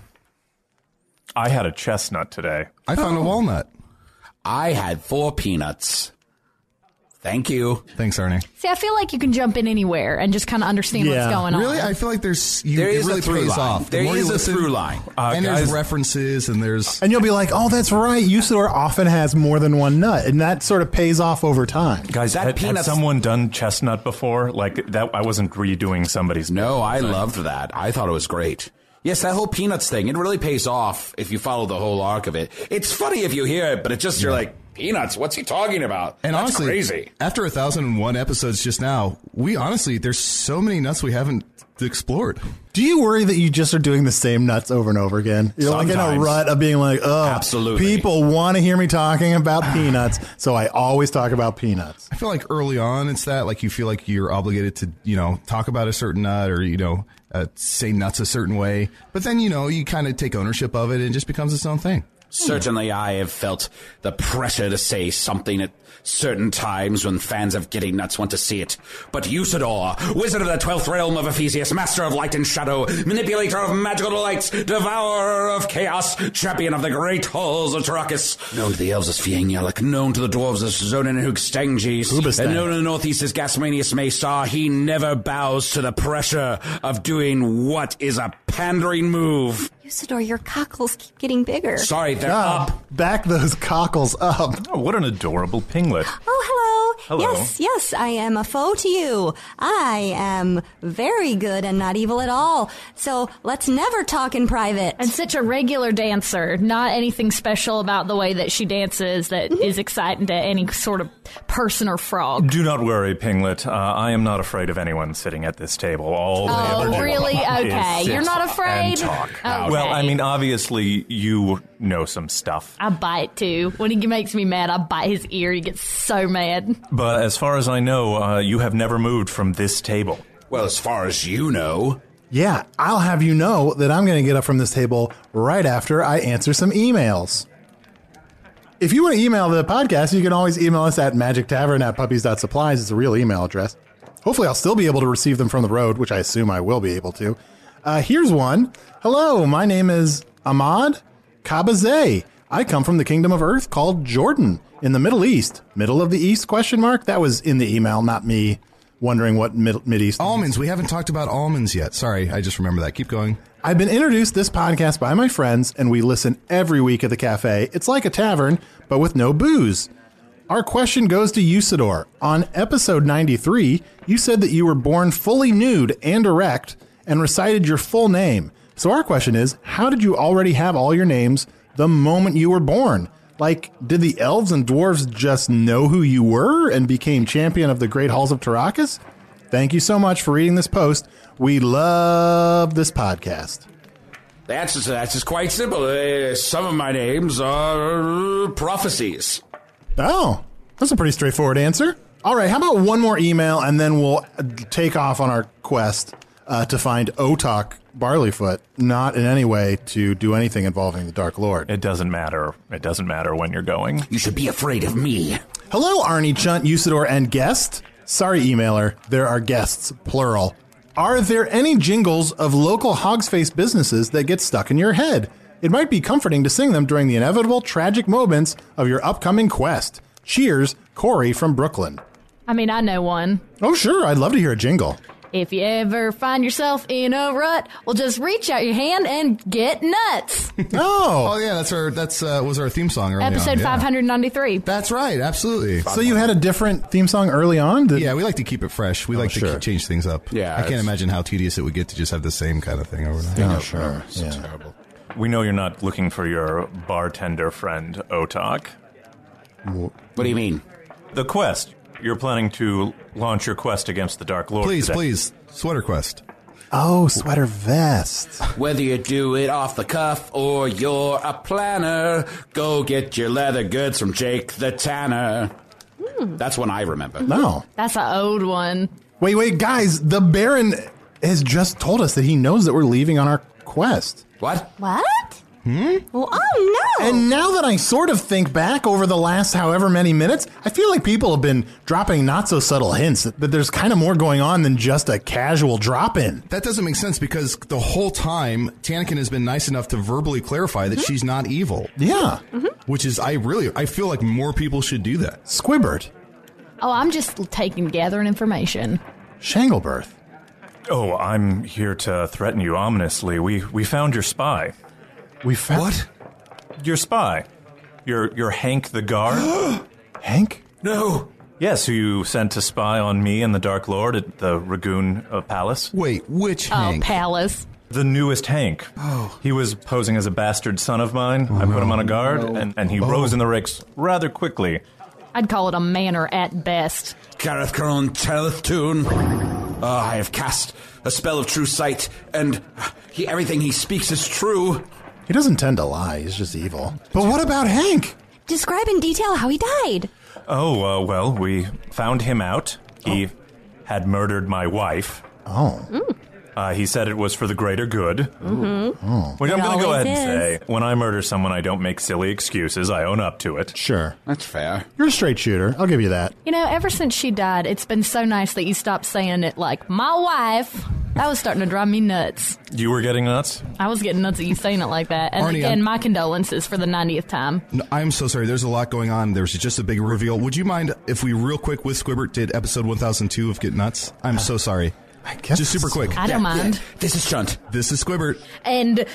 Speaker 10: I had a chestnut today.
Speaker 4: I found a walnut.
Speaker 3: Oh. I had four peanuts. Thank you.
Speaker 4: Thanks, Arnie.
Speaker 9: See, I feel like you can jump in anywhere and just kind of understand what's going on.
Speaker 4: Really, I feel like there's you,
Speaker 3: There
Speaker 4: it
Speaker 3: is a
Speaker 4: really
Speaker 3: through
Speaker 4: pays
Speaker 3: line.
Speaker 4: off. The
Speaker 3: There
Speaker 4: more you
Speaker 3: is a
Speaker 4: listen,
Speaker 3: through line.
Speaker 10: Uh,
Speaker 4: and there's
Speaker 10: guys-
Speaker 4: references, and there's
Speaker 2: And you'll be like, oh, that's right. Usador often has more than one nut, and that sort of pays off over time.
Speaker 10: Guys,
Speaker 3: That
Speaker 10: had, had
Speaker 3: peanut's-
Speaker 10: someone done chestnut before? Like that, I wasn't redoing somebody's.
Speaker 3: No, I loved that. I thought it was great. Yes, that whole peanuts thing, it really pays off if you follow the whole arc of it. It's funny if you hear it, but it's just you're like, peanuts, what's he talking about?
Speaker 4: and
Speaker 3: That's
Speaker 4: honestly,
Speaker 3: crazy.
Speaker 4: after a thousand and one episodes just now, we honestly there's so many nuts we haven't explored.
Speaker 2: Do you worry that you just are doing the same nuts over and over again? You're like in a
Speaker 3: Sometimes.
Speaker 2: rut of being like, oh,
Speaker 3: Absolutely.
Speaker 2: people want to hear me talking about peanuts, so I always talk about peanuts.
Speaker 4: I feel like early on it's that like you feel like you're obligated to you know talk about a certain nut or you know uh, say nuts a certain way, but then you know you kind of take ownership of it and it just becomes its own thing.
Speaker 3: Certainly, I have felt the pressure to say something at certain times when fans of Getting Nuts want to see it. But Usador, wizard of the twelfth realm of Ephesius, master of light and shadow, manipulator of magical delights, devourer of chaos, champion of the great halls of Tarakas, known to the elves as Fiangelic, known to the dwarves as Zonin and Hoogstangis, and known in the northeast as Gasmanius Maystar, he never bows to the pressure of doing what is a pandering move. uh,
Speaker 7: Usador, your cockles keep getting bigger.
Speaker 2: Ah, Back those cockles up.
Speaker 10: Oh, what an adorable pinglet.
Speaker 7: Oh, hello.
Speaker 10: Hello.
Speaker 7: Yes, yes, I am a foe to you. I am very good and not evil at all. So let's never talk in private.
Speaker 9: And such a regular dancer. Not anything special about the way that she dances that
Speaker 7: Mm-hmm.
Speaker 9: is exciting to any sort of person or frog.
Speaker 10: Do not worry, Pinglet. Uh, I am not afraid of anyone sitting at this table. All they ever
Speaker 9: Oh,
Speaker 10: do
Speaker 9: really?
Speaker 10: is
Speaker 9: Okay.
Speaker 10: sit
Speaker 9: You're not
Speaker 10: and
Speaker 9: afraid?
Speaker 10: talk.
Speaker 9: Okay.
Speaker 10: Well, I mean, obviously, you know some stuff.
Speaker 9: I bite too. When he makes me mad, I bite his ear. He gets so mad.
Speaker 10: But as far as I know, uh, you have never moved from this table.
Speaker 3: Well, as far as you know.
Speaker 2: Yeah, I'll have you know that I'm going to get up from this table right after I answer some emails. If you want to email the podcast, you can always email us at magic tavern at puppies.supplies. It's a real email address. Hopefully, I'll still be able to receive them from the road, which I assume I will be able to. Uh, here's one Hello, my name is Ahmad Kabazay. I come from the kingdom of Earth called Jordan in the Middle East. Middle of the East? Question mark. That was in the email, not me wondering what mid, mid East.
Speaker 4: Almonds. We haven't talked about almonds yet. Sorry, I just remember that. Keep going.
Speaker 2: I've been introduced this podcast by my friends, and we listen every week at the cafe. It's like a tavern, but with no booze. Our question goes to Usador. On episode 93, you said that you were born fully nude and erect and recited your full name. So, our question is how did you already have all your names the moment you were born? Like, did the elves and dwarves just know who you were and became champion of the great halls of Tarakas? Thank you so much for reading this post. We love this podcast.
Speaker 3: That's just, that's just quite simple. Uh, some of my names are uh, prophecies.
Speaker 2: Oh, that's a pretty straightforward answer. All right, how about one more email and then we'll uh, take off on our quest uh, to find Otak Barleyfoot, not in any way to do anything involving the Dark Lord.
Speaker 10: It doesn't matter. It doesn't matter when you're going.
Speaker 3: You should be afraid of me.
Speaker 2: Hello, Arnie Chunt, Usador, and guest. Sorry, emailer, there are guests, plural. Are there any jingles of local hogsface businesses that get stuck in your head? It might be comforting to sing them during the inevitable tragic moments of your upcoming quest. Cheers, Corey from Brooklyn.
Speaker 9: I mean, I know one.
Speaker 2: Oh, sure, I'd love to hear a jingle.
Speaker 9: If you ever find yourself in a rut, well, just reach out your hand and get nuts.
Speaker 2: Oh,
Speaker 4: oh yeah, that's our that's uh, was our theme song. Early on,
Speaker 9: Episode
Speaker 4: yeah.
Speaker 9: 593.
Speaker 4: That's right, absolutely.
Speaker 2: So you had a different theme song early on? Oh,
Speaker 4: yeah, we like to keep it fresh. We like to keep, change things up.
Speaker 3: Yeah,
Speaker 4: I can't
Speaker 3: it's-
Speaker 4: imagine how tedious it would get to just have the same kind of thing over and
Speaker 2: Yeah,
Speaker 4: over.
Speaker 2: sure. It's Yeah.
Speaker 4: terrible.
Speaker 10: We know you're not looking for your bartender friend, Otak.
Speaker 2: What
Speaker 3: do you mean?
Speaker 10: The quest. You're planning to launch your quest against the Dark Lord.
Speaker 4: Please,
Speaker 10: today.
Speaker 4: please, sweater quest.
Speaker 2: Oh, sweater vest.
Speaker 3: Whether you do it off the cuff or you're a planner, go get your leather goods from Jake the Tanner. That's one I remember.
Speaker 2: No.
Speaker 9: That's an old one.
Speaker 2: Wait, wait, guys, the Baron has just told us that he knows that we're leaving on our quest.
Speaker 3: What?
Speaker 7: What?
Speaker 2: Hmm?
Speaker 7: Well, oh no!
Speaker 2: And now that I sort of think back over the last however many minutes, I feel like people have been dropping not so subtle hints that, that there's kind of more going on than just a casual drop in.
Speaker 4: That doesn't make sense because the whole time Tanakin has been nice enough to verbally clarify that she's not evil. Mm-hmm.
Speaker 2: Yeah,
Speaker 4: which is I really I feel like more people should do that.
Speaker 2: Squibbert,
Speaker 9: Oh, I'm just taking gathering information.
Speaker 2: Shanglebirth.
Speaker 10: Oh, I'm here to threaten you ominously. We we found your spy.
Speaker 2: We found
Speaker 10: what? Your spy. Your your Hank the guard.
Speaker 2: Hank?
Speaker 3: No.
Speaker 10: Yes, who you sent to spy on me and the Dark Lord at the Ragoon uh, Palace.
Speaker 4: Wait, which
Speaker 9: Oh, Palace.
Speaker 10: The newest Hank. Oh. He was posing as a bastard son of mine.
Speaker 2: Oh,
Speaker 10: I put him on a guard, and, and he rose in the ranks rather quickly.
Speaker 9: I'd call it a manor at best.
Speaker 3: Gareth Caron telleth tune. Ah, I have cast a spell of true sight, and uh, he, everything he speaks is true.
Speaker 2: He doesn't tend to lie, he's just evil. But what about Hank?
Speaker 7: Describe in detail how he died.
Speaker 10: Oh, uh, well, we found him out. He had murdered my wife.
Speaker 2: Oh.
Speaker 10: Uh, he said it was for the greater good.
Speaker 7: Hmm?
Speaker 10: Oh.
Speaker 11: Mm-hmm.
Speaker 10: Which I'm
Speaker 11: It
Speaker 10: going to go
Speaker 11: always
Speaker 10: ahead and say
Speaker 11: is.
Speaker 10: when I murder someone, I don't make silly excuses. I own up to it.
Speaker 2: Sure.
Speaker 10: That's fair.
Speaker 2: You're a straight shooter. I'll give you that.
Speaker 9: You know, ever since she died, it's been so nice that you stopped saying it like, my wife. That was starting to drive me nuts.
Speaker 10: You were getting nuts?
Speaker 9: I was getting nuts at you saying it like that. And
Speaker 4: Arnie,
Speaker 9: again,
Speaker 4: I'm-
Speaker 9: my condolences for the 90th time.
Speaker 4: No, I'm so sorry. There's a lot going on. There's just a big reveal. Would you mind if we real quick with Squibbert did episode 1002 of Get Nuts? I'm so sorry. I guess just super quick.
Speaker 9: I don't mind.
Speaker 4: This is Chunt. This is Squibbert.
Speaker 9: And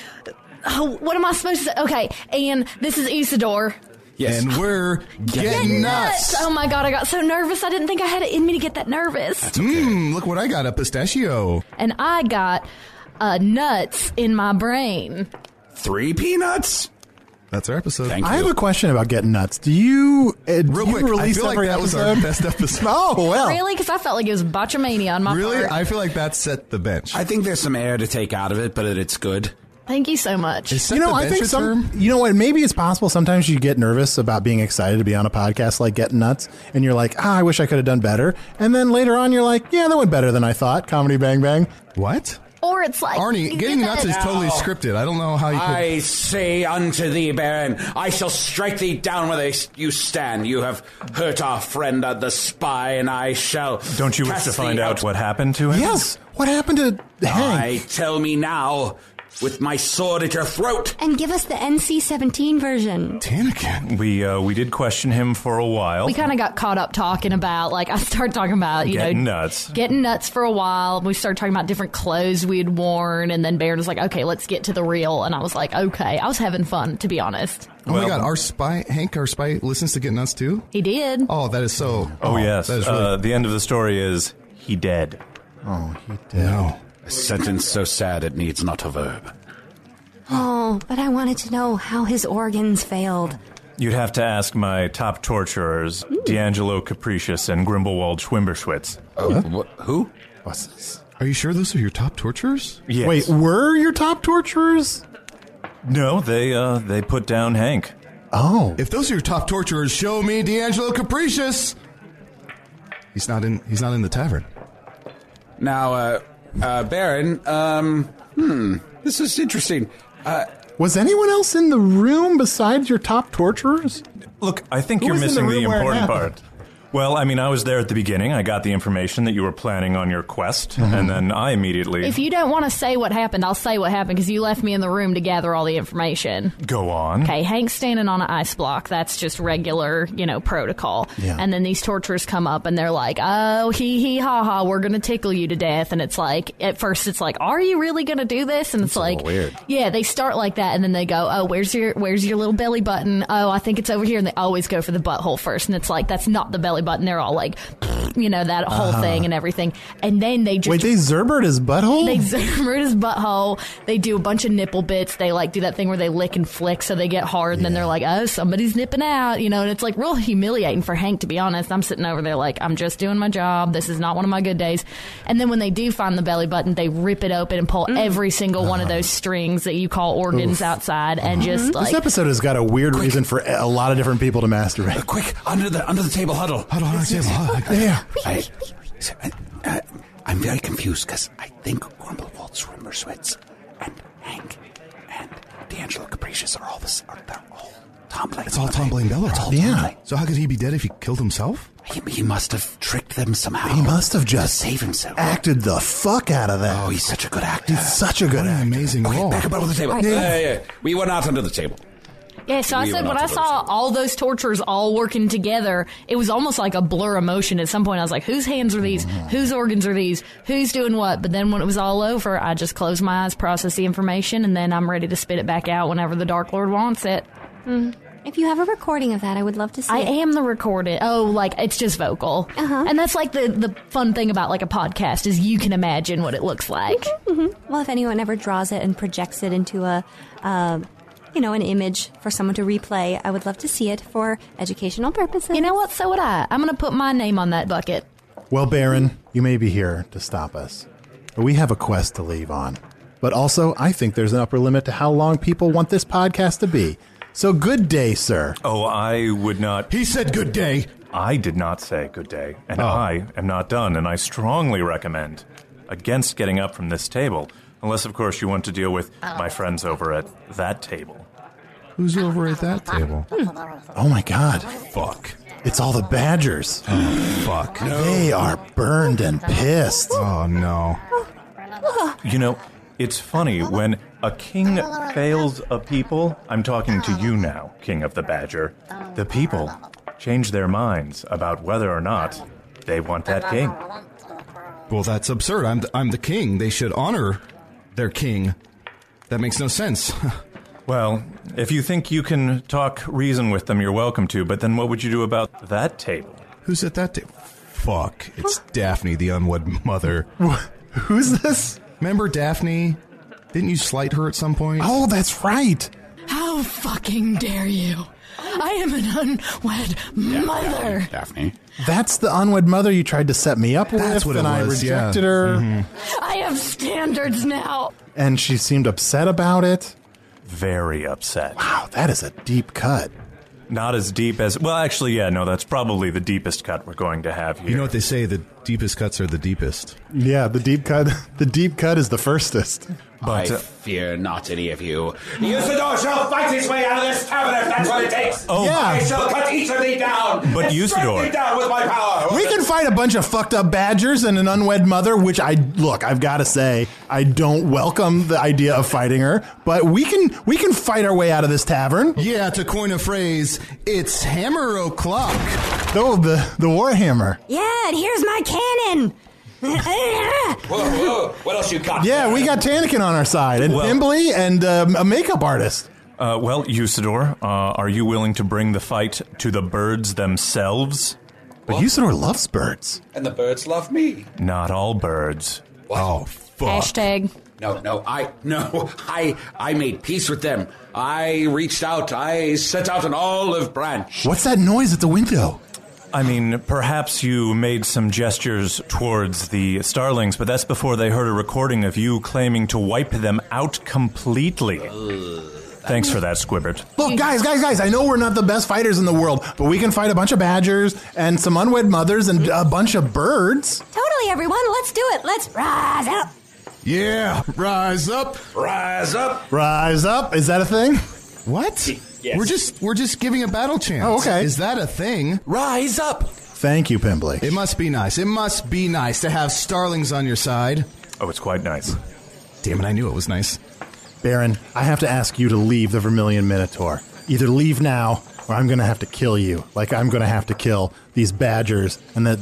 Speaker 9: oh, what am I supposed to say? Okay, and this is Isidore.
Speaker 4: Yes. And we're getting nuts.
Speaker 9: Oh my god, I got so nervous. I didn't think I had it in me to get that nervous.
Speaker 4: Mmm, look what I got, a pistachio.
Speaker 9: And I got uh, nuts in my brain.
Speaker 3: Three peanuts?
Speaker 4: That's our episode. Thank
Speaker 2: I have a question about getting nuts. Do you uh, do
Speaker 4: Real
Speaker 2: you
Speaker 4: quick, I
Speaker 2: release
Speaker 4: feel like
Speaker 2: every
Speaker 4: that was our
Speaker 2: episode?
Speaker 4: best episode.
Speaker 2: oh well.
Speaker 9: Really? Because I felt like it was botchamania on my part.
Speaker 4: feel like that set the bench.
Speaker 3: I think there's some air to take out of it, but it, it's good.
Speaker 9: Thank you so much.
Speaker 2: You know, I think some. You know what? Maybe it's possible. Sometimes you get nervous about being excited to be on a podcast like Getting Nuts, and you're like, "Ah, I wish I could have done better." And then later on, you're like, "Yeah, that went better than I thought." Comedy Bang Bang.
Speaker 4: What?
Speaker 9: Or it's like
Speaker 4: Arnie,
Speaker 9: you
Speaker 4: getting
Speaker 9: did
Speaker 4: nuts
Speaker 9: that.
Speaker 4: is totally scripted. I don't know how you could.
Speaker 3: I say unto thee, Baron, I shall strike thee down where they, you stand. You have hurt our friend uh, the spy, and I shall.
Speaker 10: Don't you wish
Speaker 3: cast
Speaker 10: to
Speaker 3: thee
Speaker 10: find out what happened to him?
Speaker 2: Yes. What happened to
Speaker 3: I tell me now, with my sword at your throat.
Speaker 7: And give us the NC 17 version.
Speaker 4: Tannikin.
Speaker 10: We uh, we did question him for a while.
Speaker 9: We kind of got caught up talking about, like, I started talking about, you
Speaker 10: Getting
Speaker 9: know,
Speaker 10: nuts.
Speaker 9: getting nuts for a while. We started talking about different clothes we had worn, and then Baron was like, okay, let's get to the real. And I was like, okay. I was having fun, to be honest.
Speaker 4: Oh my god, our spy, Hank, our spy, listens to Get Nuts too?
Speaker 9: He did.
Speaker 4: Oh, that is so.
Speaker 10: Oh, yes.
Speaker 4: That is
Speaker 10: uh, the end of the story is he dead.
Speaker 2: Oh, he
Speaker 4: No.
Speaker 3: A sentence so sad it needs not a verb.
Speaker 7: Oh, but I wanted to know how his organs failed.
Speaker 10: You'd have to ask my top torturers, D'Angelo Capricious and Grimblewald Schwimberschwitz.
Speaker 3: Oh, who?
Speaker 2: What's this?
Speaker 4: Are you sure those are your top torturers?
Speaker 10: Yes.
Speaker 2: Wait, were your top torturers?
Speaker 10: No, they uh, they put down Hank.
Speaker 2: Oh.
Speaker 4: If those are your top torturers, show me D'Angelo Capricious. He's not in. He's not in the tavern.
Speaker 3: Now, uh, uh, Baron, um, hmm, this is interesting. Uh,
Speaker 2: Was anyone else in the room besides your top torturers?
Speaker 10: Look, I think
Speaker 2: Who
Speaker 10: you're
Speaker 2: was in
Speaker 10: missing
Speaker 2: the
Speaker 10: the,
Speaker 2: room where it
Speaker 10: important
Speaker 2: happened?
Speaker 10: part. Well, I mean, I was there at the beginning. I got the information that you were planning on your quest,
Speaker 2: Mm-hmm.
Speaker 10: and then I immediately
Speaker 9: If you don't want to say what happened, I'll say what happened because you left me in the room to gather all the information.
Speaker 10: go on.
Speaker 9: Okay, Hank's standing on an ice block. That's just regular, you know, protocol.
Speaker 10: Yeah.
Speaker 9: And then these torturers come up and they're like, oh, hee hee ha ha, we're going to tickle you to death. And it's like, at first it's like, are you really going to do this? And it's like,
Speaker 3: weird.
Speaker 9: yeah, they start like that and then they go, oh, where's your where's your little belly button? Oh, I think it's over here. And they always go for the butthole first. And it's like, that's not the belly button. They're all like, you know, that whole
Speaker 2: Uh-huh.
Speaker 9: thing and everything. And then they just.
Speaker 2: Wait, they zerbered his butthole.
Speaker 9: They zoomer his butthole. They do a bunch of nipple bits. They like do that thing where they lick and flick, so they get hard. And then they're like, "Oh, somebody's nipping out," you know. And it's like real humiliating for Hank, to be honest. I'm sitting over there like, "I'm just doing my job. This is not one of my good days." And then when they do find the belly button, they rip it open and pull every single one of those strings that you call organs
Speaker 2: Mm. Uh-huh. Oof.
Speaker 9: outside, and just like
Speaker 2: this episode has got a weird reason for a lot of different people to masturbate.
Speaker 3: quick, under the under the table, huddle, huddle, under the table, huddle.
Speaker 2: Yeah.
Speaker 3: I, am very confused because I think Grumblewald Swimmerswitz and Hank and D'Angelo Capricious are all this. Are, they're all tumbling.
Speaker 4: It's all Tom Blaine Bella.
Speaker 3: all
Speaker 4: Yeah.
Speaker 3: tumbling.
Speaker 4: So how could he be dead if he killed himself?
Speaker 3: He, he must have tricked them somehow.
Speaker 2: He must have just
Speaker 3: to save himself.
Speaker 2: acted the fuck out of that.
Speaker 3: Oh, he's such a good actor.
Speaker 2: He's such a good actor.
Speaker 4: amazing
Speaker 2: role.
Speaker 3: Back up under the table.
Speaker 2: Yeah.
Speaker 3: Yeah, yeah, yeah. We were not under the table.
Speaker 9: Yeah, so I
Speaker 3: We were
Speaker 9: said
Speaker 3: not
Speaker 9: when I
Speaker 3: supposed
Speaker 9: saw all those torturers all working together, it was almost like a blur of motion. At some point, I was like, whose hands are these?
Speaker 3: Mm-hmm.
Speaker 9: Whose organs are these? Who's doing what? But then when it was all over, I just closed my eyes, process the information, and then I'm ready to spit it back out whenever the Dark Lord wants it.
Speaker 7: Hmm. If you have a recording of that, I would love to see
Speaker 9: I
Speaker 7: it.
Speaker 9: am the recorded. Oh, like it's just vocal. Uh-huh. And that's like the, the fun thing about like a podcast is you can imagine what it looks like.
Speaker 7: Mm-hmm. Well, if anyone ever draws it and projects it into a, uh, you know, an image for someone to replay, I would love to see it for educational purposes.
Speaker 9: You know what? So would I. I'm going to put my name on that bucket.
Speaker 2: Well, Baron, you may be here to stop us. But we have a quest to leave on. But also, I think there's an upper limit to how long people want this podcast to be. So good day, sir.
Speaker 10: Oh, I would not.
Speaker 4: He said good day.
Speaker 2: Oh.
Speaker 10: I did not say good day, and I am not done, and I strongly recommend against getting up from this table. Unless, of course, you want to deal with
Speaker 4: Oh.
Speaker 10: my friends over at that table.
Speaker 2: Who's over at that table? Oh my god. Fuck. It's all the badgers. fuck. They are burned and pissed.
Speaker 4: Oh no.
Speaker 10: You know, it's funny when a king fails a people. I'm talking to you now, King of the Badger. The people change their minds about whether or not they want that king.
Speaker 4: Well, that's absurd. I'm th- I'm the king. They should honor their king. That makes no sense.
Speaker 10: well, if you think you can talk reason with them, you're welcome to, but then what would you do about that table?
Speaker 4: Who's at that table? Fuck. It's Daphne, the unwed mother.
Speaker 2: Who's this?
Speaker 4: Remember Daphne? Didn't you slight her at some point?
Speaker 2: Oh, that's right.
Speaker 11: How fucking dare you? I am an unwed mother.
Speaker 2: Daphne. That's the unwed mother you tried to set me up with,
Speaker 4: That's what it
Speaker 2: and
Speaker 4: was,
Speaker 2: I
Speaker 4: yeah. Mm-hmm.
Speaker 2: rejected her,
Speaker 11: I have standards now.
Speaker 2: and she seemed upset about it.
Speaker 10: Very upset.
Speaker 2: Wow, that is a deep cut.
Speaker 10: Not as deep as. Well, actually, yeah, no, that's probably the deepest cut we're going to have here.
Speaker 4: You know what they say, the deepest cuts are the deepest.
Speaker 2: Yeah, the deep cut. The deep cut is the firstest.
Speaker 10: But
Speaker 12: I fear not any of you.
Speaker 3: Usador shall fight his way out of this cavern if that's what it takes.
Speaker 2: Oh. Yeah.
Speaker 3: I shall cut each of thee down.
Speaker 10: But
Speaker 3: and strike
Speaker 10: Usador-
Speaker 3: thee down with my power.
Speaker 2: we can fight a bunch of fucked up badgers and an unwed mother, which I look, I've got to say, I don't welcome the idea of fighting her, but we can we can fight our way out of this tavern.
Speaker 4: Yeah, to coin a phrase, it's hammer o'clock.
Speaker 2: Oh, the the warhammer.
Speaker 7: Yeah, and here's my cannon. Oh,
Speaker 3: Whoa, whoa. What else you got?
Speaker 2: Yeah, we got Tanakin on our side and
Speaker 10: Well-
Speaker 2: Bimbly and um, a makeup artist.
Speaker 10: Uh, well, Usador, uh, are you willing to bring the fight to the birds themselves?
Speaker 2: But Usador loves birds.
Speaker 12: And the birds love me.
Speaker 10: Not all birds.
Speaker 12: Oh,
Speaker 9: Hashtag.
Speaker 12: No, no, I no, I I made peace with them. I reached out. I sent out an olive branch.
Speaker 2: What's that noise at the window?
Speaker 10: I mean, perhaps you made some gestures towards the starlings, but that's before they heard a recording of you claiming to wipe them out completely. Thanks for that, Squibbert.
Speaker 2: Look, guys, guys, guys, I know we're not the best fighters in the world, but we can fight a bunch of badgers and some unwed mothers and a bunch of birds.
Speaker 7: Totally, everyone. Let's do it. Let's rise up.
Speaker 4: Yeah, rise up.
Speaker 3: Rise up.
Speaker 2: Rise up. Is that a thing?
Speaker 4: What?
Speaker 3: Yes.
Speaker 4: We're just we're just giving a battle chance.
Speaker 2: Oh, okay.
Speaker 4: Is that a thing? Rise up.
Speaker 2: Thank you, Pimbly.
Speaker 4: It must be nice. It must be nice to have starlings on your side.
Speaker 10: Oh, it's quite nice.
Speaker 4: Damn it, I knew it was nice.
Speaker 2: Baron, I have to ask you to leave the Vermilion Minotaur. Either leave now, or I'm going to have to kill you. Like I'm going to have to kill these badgers and the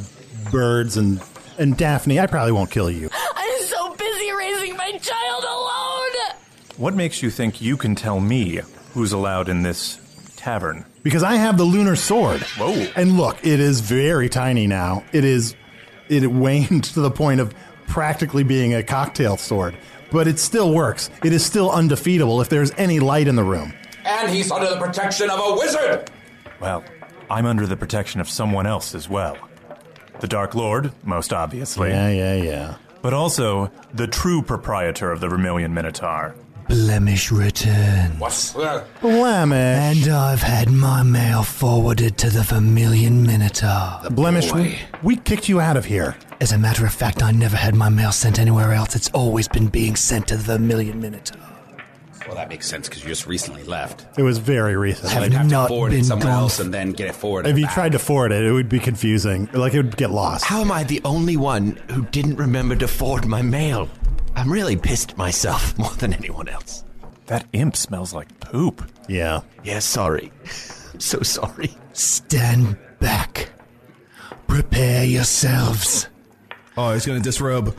Speaker 2: birds and and Daphne. I probably won't kill you.
Speaker 11: I'm so busy raising my child alone.
Speaker 10: What makes you think you can tell me who's allowed in this tavern?
Speaker 2: Because I have the lunar sword.
Speaker 10: Whoa.
Speaker 2: And look, it is very tiny now. It is it waned to the point of practically being a cocktail sword. But it still works. It is still undefeatable if there's any light in the room.
Speaker 3: And he's under the protection of a wizard.
Speaker 10: Well, I'm under the protection of someone else as well. The Dark Lord, most obviously.
Speaker 2: Yeah, yeah, yeah.
Speaker 10: But also the true proprietor of the Vermilion Minotaur.
Speaker 13: Blemish return.
Speaker 3: What's uh,
Speaker 2: Blemish.
Speaker 13: And I've had my mail forwarded to the Vermilion Minotaur.
Speaker 2: Blemish, we, we kicked you out of here.
Speaker 13: As a matter of fact, I never had my mail sent anywhere else. It's always been being sent to the Vermilion Minotaur.
Speaker 12: Well, that makes sense because you just recently left.
Speaker 2: It was very recent.
Speaker 12: I'd have to forward it somewhere else and then get it forward.
Speaker 2: If you tried to forward it, it would be confusing. Like it would get lost.
Speaker 5: How am I the only one who didn't remember to forward my mail? I'm really pissed at myself more than anyone else.
Speaker 10: That imp smells like poop.
Speaker 2: Yeah.
Speaker 5: Yeah, sorry. I'm so sorry.
Speaker 13: Stand back. Prepare yourselves
Speaker 4: Oh, he's gonna disrobe.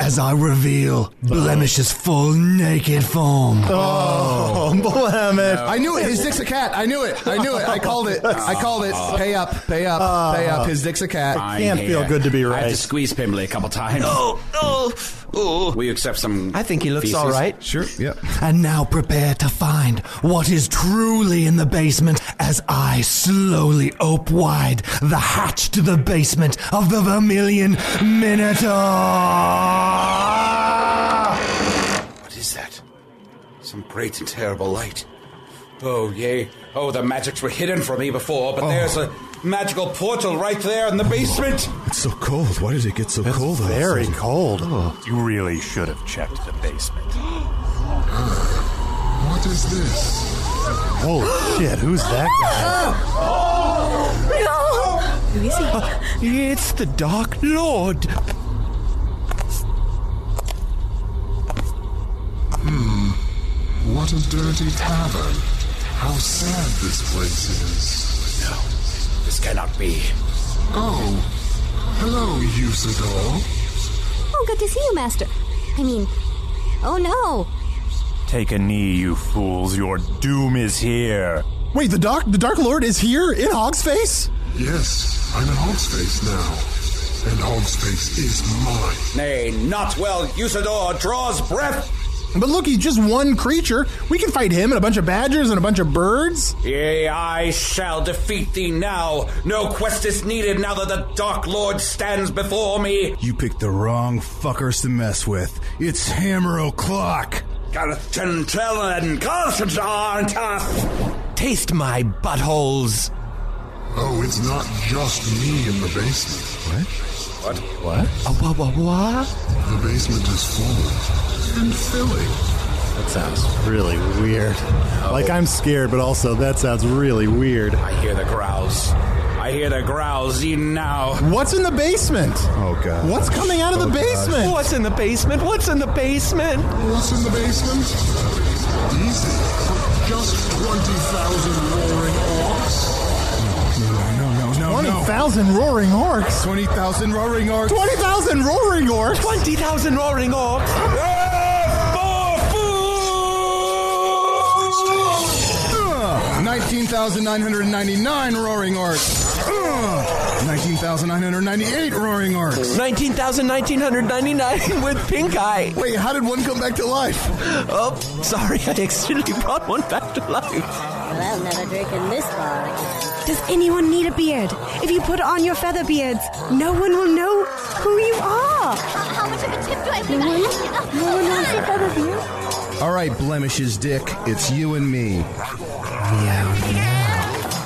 Speaker 13: as I reveal Blemish's full naked form.
Speaker 2: Oh, Blemish.
Speaker 4: I knew it. His dick's a cat. I knew it. I knew it. I called it. I called it. Pay up. Pay up. pay up. His dick's a cat.
Speaker 12: I I had to squeeze Pimbley a couple times.
Speaker 5: No, no.
Speaker 12: Will you accept some?
Speaker 5: I think he looks
Speaker 12: feces?
Speaker 5: all right.
Speaker 4: Sure. Yep.
Speaker 13: And now prepare to find what is truly in the basement as I slowly ope wide the hatch to the basement of the Vermilion Minotaur!
Speaker 12: What is that? Some great and terrible light.
Speaker 3: Oh, yay. Oh, the magics were hidden from me before,
Speaker 4: Oh.
Speaker 3: but there's a magical portal right there in the basement.
Speaker 4: It's so cold. Why does it get so cold? all of a
Speaker 2: Very
Speaker 4: sudden? Oh.
Speaker 2: cold.
Speaker 10: You really should have checked the basement.
Speaker 14: What is this? Oh,
Speaker 2: Holy shit, who's that guy?
Speaker 5: Who is he? it's the Dark Lord.
Speaker 14: Hmm. What a dirty tavern. How sad this place is. No,
Speaker 3: this cannot be.
Speaker 14: Oh, hello, Usador.
Speaker 7: Oh, good to see you, Master. I mean, oh no.
Speaker 10: Take a knee, you fools. Your doom is here.
Speaker 2: Wait, the dark the Dark Lord is here in Hogsface?
Speaker 14: Yes, I'm in Hogsface now. And Hogsface is mine.
Speaker 3: Nay, not well. Usador draws breath.
Speaker 2: But look, he's just one creature. We can fight him and a bunch of badgers and a bunch of birds.
Speaker 3: Yea, I shall defeat thee now. No quest is needed now that the Dark Lord stands before me.
Speaker 4: You picked the wrong fuckers to mess with. It's Hammer O'Clock.
Speaker 3: Garthantell and Garthantarntath.
Speaker 5: Taste my buttholes.
Speaker 14: Oh, it's not just me in the basement. What?
Speaker 5: What? What? What? What?
Speaker 14: The basement is full and filling.
Speaker 2: That sounds really weird. Like I'm scared, but also that sounds really weird.
Speaker 3: I hear the growls. I hear the growls even now.
Speaker 2: What's in the basement?
Speaker 4: Oh god.
Speaker 2: What's coming out of the basement?
Speaker 5: What's in the basement? What's in the basement?
Speaker 14: What's in the basement? Easy. Just 20,000 roaring orcs.
Speaker 4: No, no, no, no.
Speaker 2: 20,000 roaring orcs.
Speaker 4: 20,000 roaring orcs.
Speaker 2: 20,000 roaring orcs.
Speaker 5: 20,000 roaring orcs.
Speaker 4: Uh, 19,999 roaring orcs. Uh, 19,998 roaring orcs.
Speaker 5: 19,999 with pink eye.
Speaker 4: Wait, how did one come back to life?
Speaker 5: Oh, sorry, I accidentally brought one back to life.
Speaker 6: Well, I'll never drink in this bar again.
Speaker 7: Does anyone need a beard? If you put on your feather beards, no one will know who you are.
Speaker 6: How much of a tip do I No one, no one knows your feather beard.
Speaker 4: All right, blemishes, dick. It's you and me.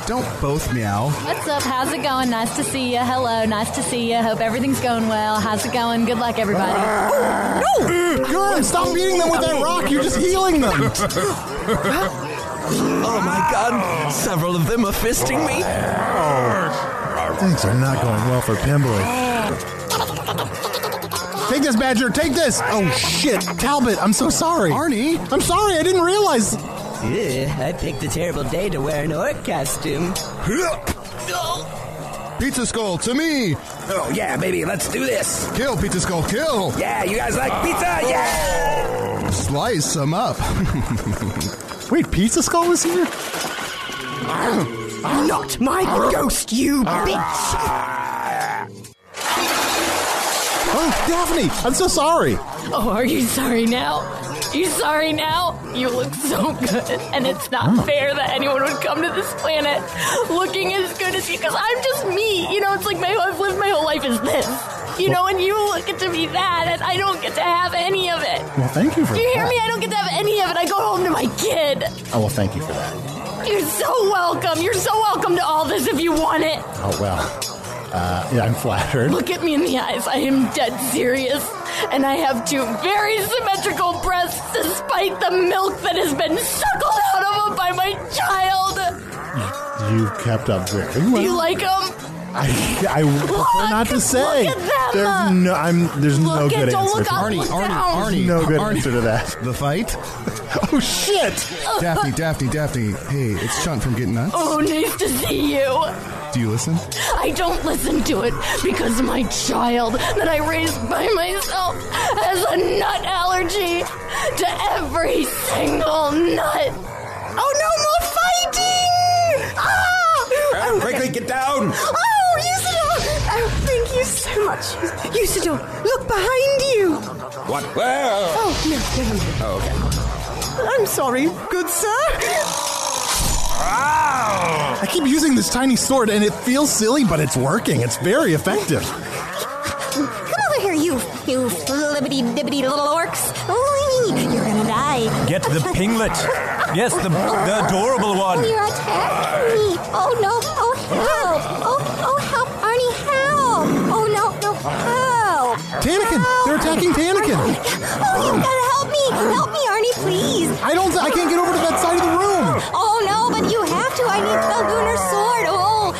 Speaker 4: Don't both meow.
Speaker 11: What's up? How's it going? Nice to see you. Hello. Nice to see you. Hope everything's going well. How's it going? Good luck, everybody.
Speaker 2: No! Gurren, stop beating them with that rock. You're just healing them.
Speaker 5: Oh my god, several of them are fisting me.
Speaker 2: Things are not going well for Pimbley. Take this, Badger. Take this. Oh, shit. Talbot, I'm so sorry. Arnie? I'm sorry. I didn't realize.
Speaker 15: Ugh, I picked a terrible day to wear an orc costume.
Speaker 4: Pizza Skull to me.
Speaker 3: Oh, yeah, baby, let's do this.
Speaker 4: Kill Pizza Skull, kill.
Speaker 3: Yeah, you guys like pizza? Yeah!
Speaker 4: Slice them up.
Speaker 2: Wait, Pizza Skull was here?
Speaker 15: Not my ghost, you bitch!
Speaker 2: Oh, Daphne, I'm so sorry.
Speaker 11: Oh, are you sorry now? You sorry now? You look so good, and it's not fair that anyone would come to this planet looking as good as you. Because I'm just me, you know. It's like my I've lived my whole life is this, you know, and you get to be that, and I don't get to have any of it.
Speaker 2: Well, thank you for
Speaker 11: Do you hear
Speaker 2: that.
Speaker 11: me? I don't get to have any of it. I go home to my kid.
Speaker 2: Oh, well, thank you for that.
Speaker 11: You're so welcome. You're so welcome to all this if you want it.
Speaker 2: Oh, well. Uh, yeah, I'm flattered.
Speaker 11: Look at me in the eyes. I am dead serious. And I have two very symmetrical breasts despite the milk that has been suckled out of them by my child.
Speaker 2: You kept up very well.
Speaker 11: Do you like them?
Speaker 2: I, I prefer not to say.
Speaker 11: look at them.
Speaker 2: There's no, I'm, there's no
Speaker 11: Look
Speaker 2: good
Speaker 11: at- don't
Speaker 2: answer.
Speaker 11: look
Speaker 2: for
Speaker 11: up,
Speaker 2: that.
Speaker 11: look Arnie, down. Arnie,
Speaker 2: no good
Speaker 4: Arnie.
Speaker 2: answer to that.
Speaker 4: the fight.
Speaker 2: Oh shit!
Speaker 4: Daphne, Daphne, Daphne. Hey, it's Chunt from Getting Nuts.
Speaker 11: Oh, nice to see you.
Speaker 4: Do you listen?
Speaker 11: I don't listen to it because my child that I raised by myself has a nut allergy to every single nut. Oh no, more fighting! Ah!
Speaker 3: Ah, quickly get down!
Speaker 6: Oh, Usador! Oh, thank you so much. Usador, look behind you.
Speaker 3: What? Whoa!
Speaker 6: Oh, no, never mind.
Speaker 3: Oh, okay.
Speaker 15: I'm sorry, good sir.
Speaker 2: I keep using this tiny sword, and it feels silly, but it's working. It's very effective.
Speaker 7: Come over here, you, you flibbity dibbity little orcs. Ooh, you're gonna die.
Speaker 10: Get the pinglet. Yes, the, the adorable one.
Speaker 14: You're attacking me. Oh no. Oh help. Oh, oh help, Arnie, help. Oh no, no, help.
Speaker 2: Tannekin, they're attacking Tannekin.
Speaker 14: Oh, you gotta help me. Help me, Arnie, please.
Speaker 2: I don't. I can't get over to that side of the room.
Speaker 14: Oh no, but you have to. I need the lunar sword. Oh,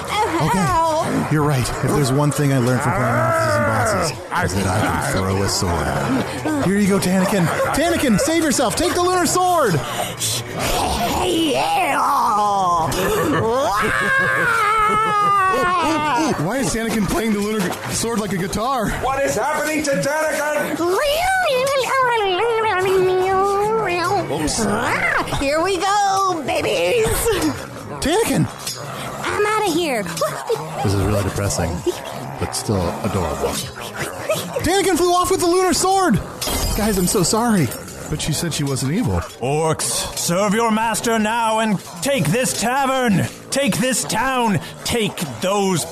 Speaker 14: help.
Speaker 2: You're right. If there's one thing I learned from playing officers and bosses, is that I can throw a sword. Here you go, Tannekin. Tannekin, save yourself. Take the lunar sword.
Speaker 4: Why is Anakin playing the lunar gu- sword like a guitar?
Speaker 3: What is happening to Danagan?
Speaker 2: Oops.
Speaker 14: Ah, Here we go, babies.
Speaker 2: Tannekin.
Speaker 14: I'm out of here.
Speaker 2: This is really depressing, but still adorable. Danikin flew off with the lunar sword. Guys, I'm so sorry.
Speaker 4: But she said she wasn't evil.
Speaker 10: Orcs, serve your master now and take this tavern, take this town, take those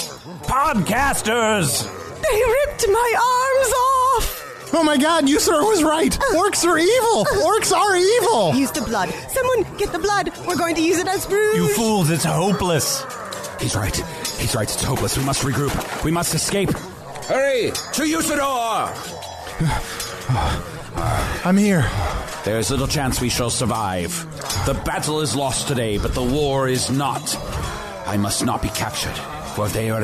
Speaker 10: podcasters.
Speaker 2: They ripped my arms off. Oh my god, you sir was right. Orcs are evil. Orcs are evil.
Speaker 6: Use the blood. Someone get the blood. We're going to use it as brew.
Speaker 10: You fools, it's hopeless.
Speaker 3: He's right. He's right. It's hopeless. We must regroup. We must escape. Hurry! To Usador!
Speaker 2: I'm here.
Speaker 3: There is little chance we shall survive. The battle is lost today, but the war is not. I must not be captured, for they are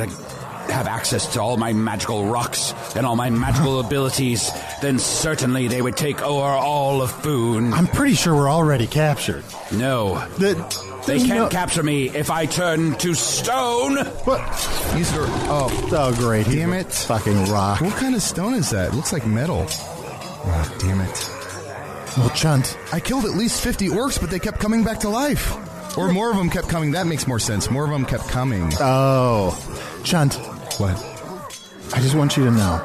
Speaker 3: have access to all my magical rocks and all my magical abilities. Then certainly they would take over all of Foon.
Speaker 2: I'm pretty sure we're already captured.
Speaker 3: No. they
Speaker 2: there's
Speaker 3: can't
Speaker 2: no-
Speaker 3: capture me if I turn to stone.
Speaker 4: What? Usador. Oh,
Speaker 2: oh great.
Speaker 4: Damn it.
Speaker 2: Fucking rock.
Speaker 4: What kind of stone is that? It looks like metal. Oh, damn it.
Speaker 2: Well, Chunt.
Speaker 4: I killed at least 50 orcs, but they kept coming back to life. Or more of them kept coming. That makes more sense. More of them kept coming.
Speaker 2: Oh. Chunt.
Speaker 4: What?
Speaker 2: I just want you to know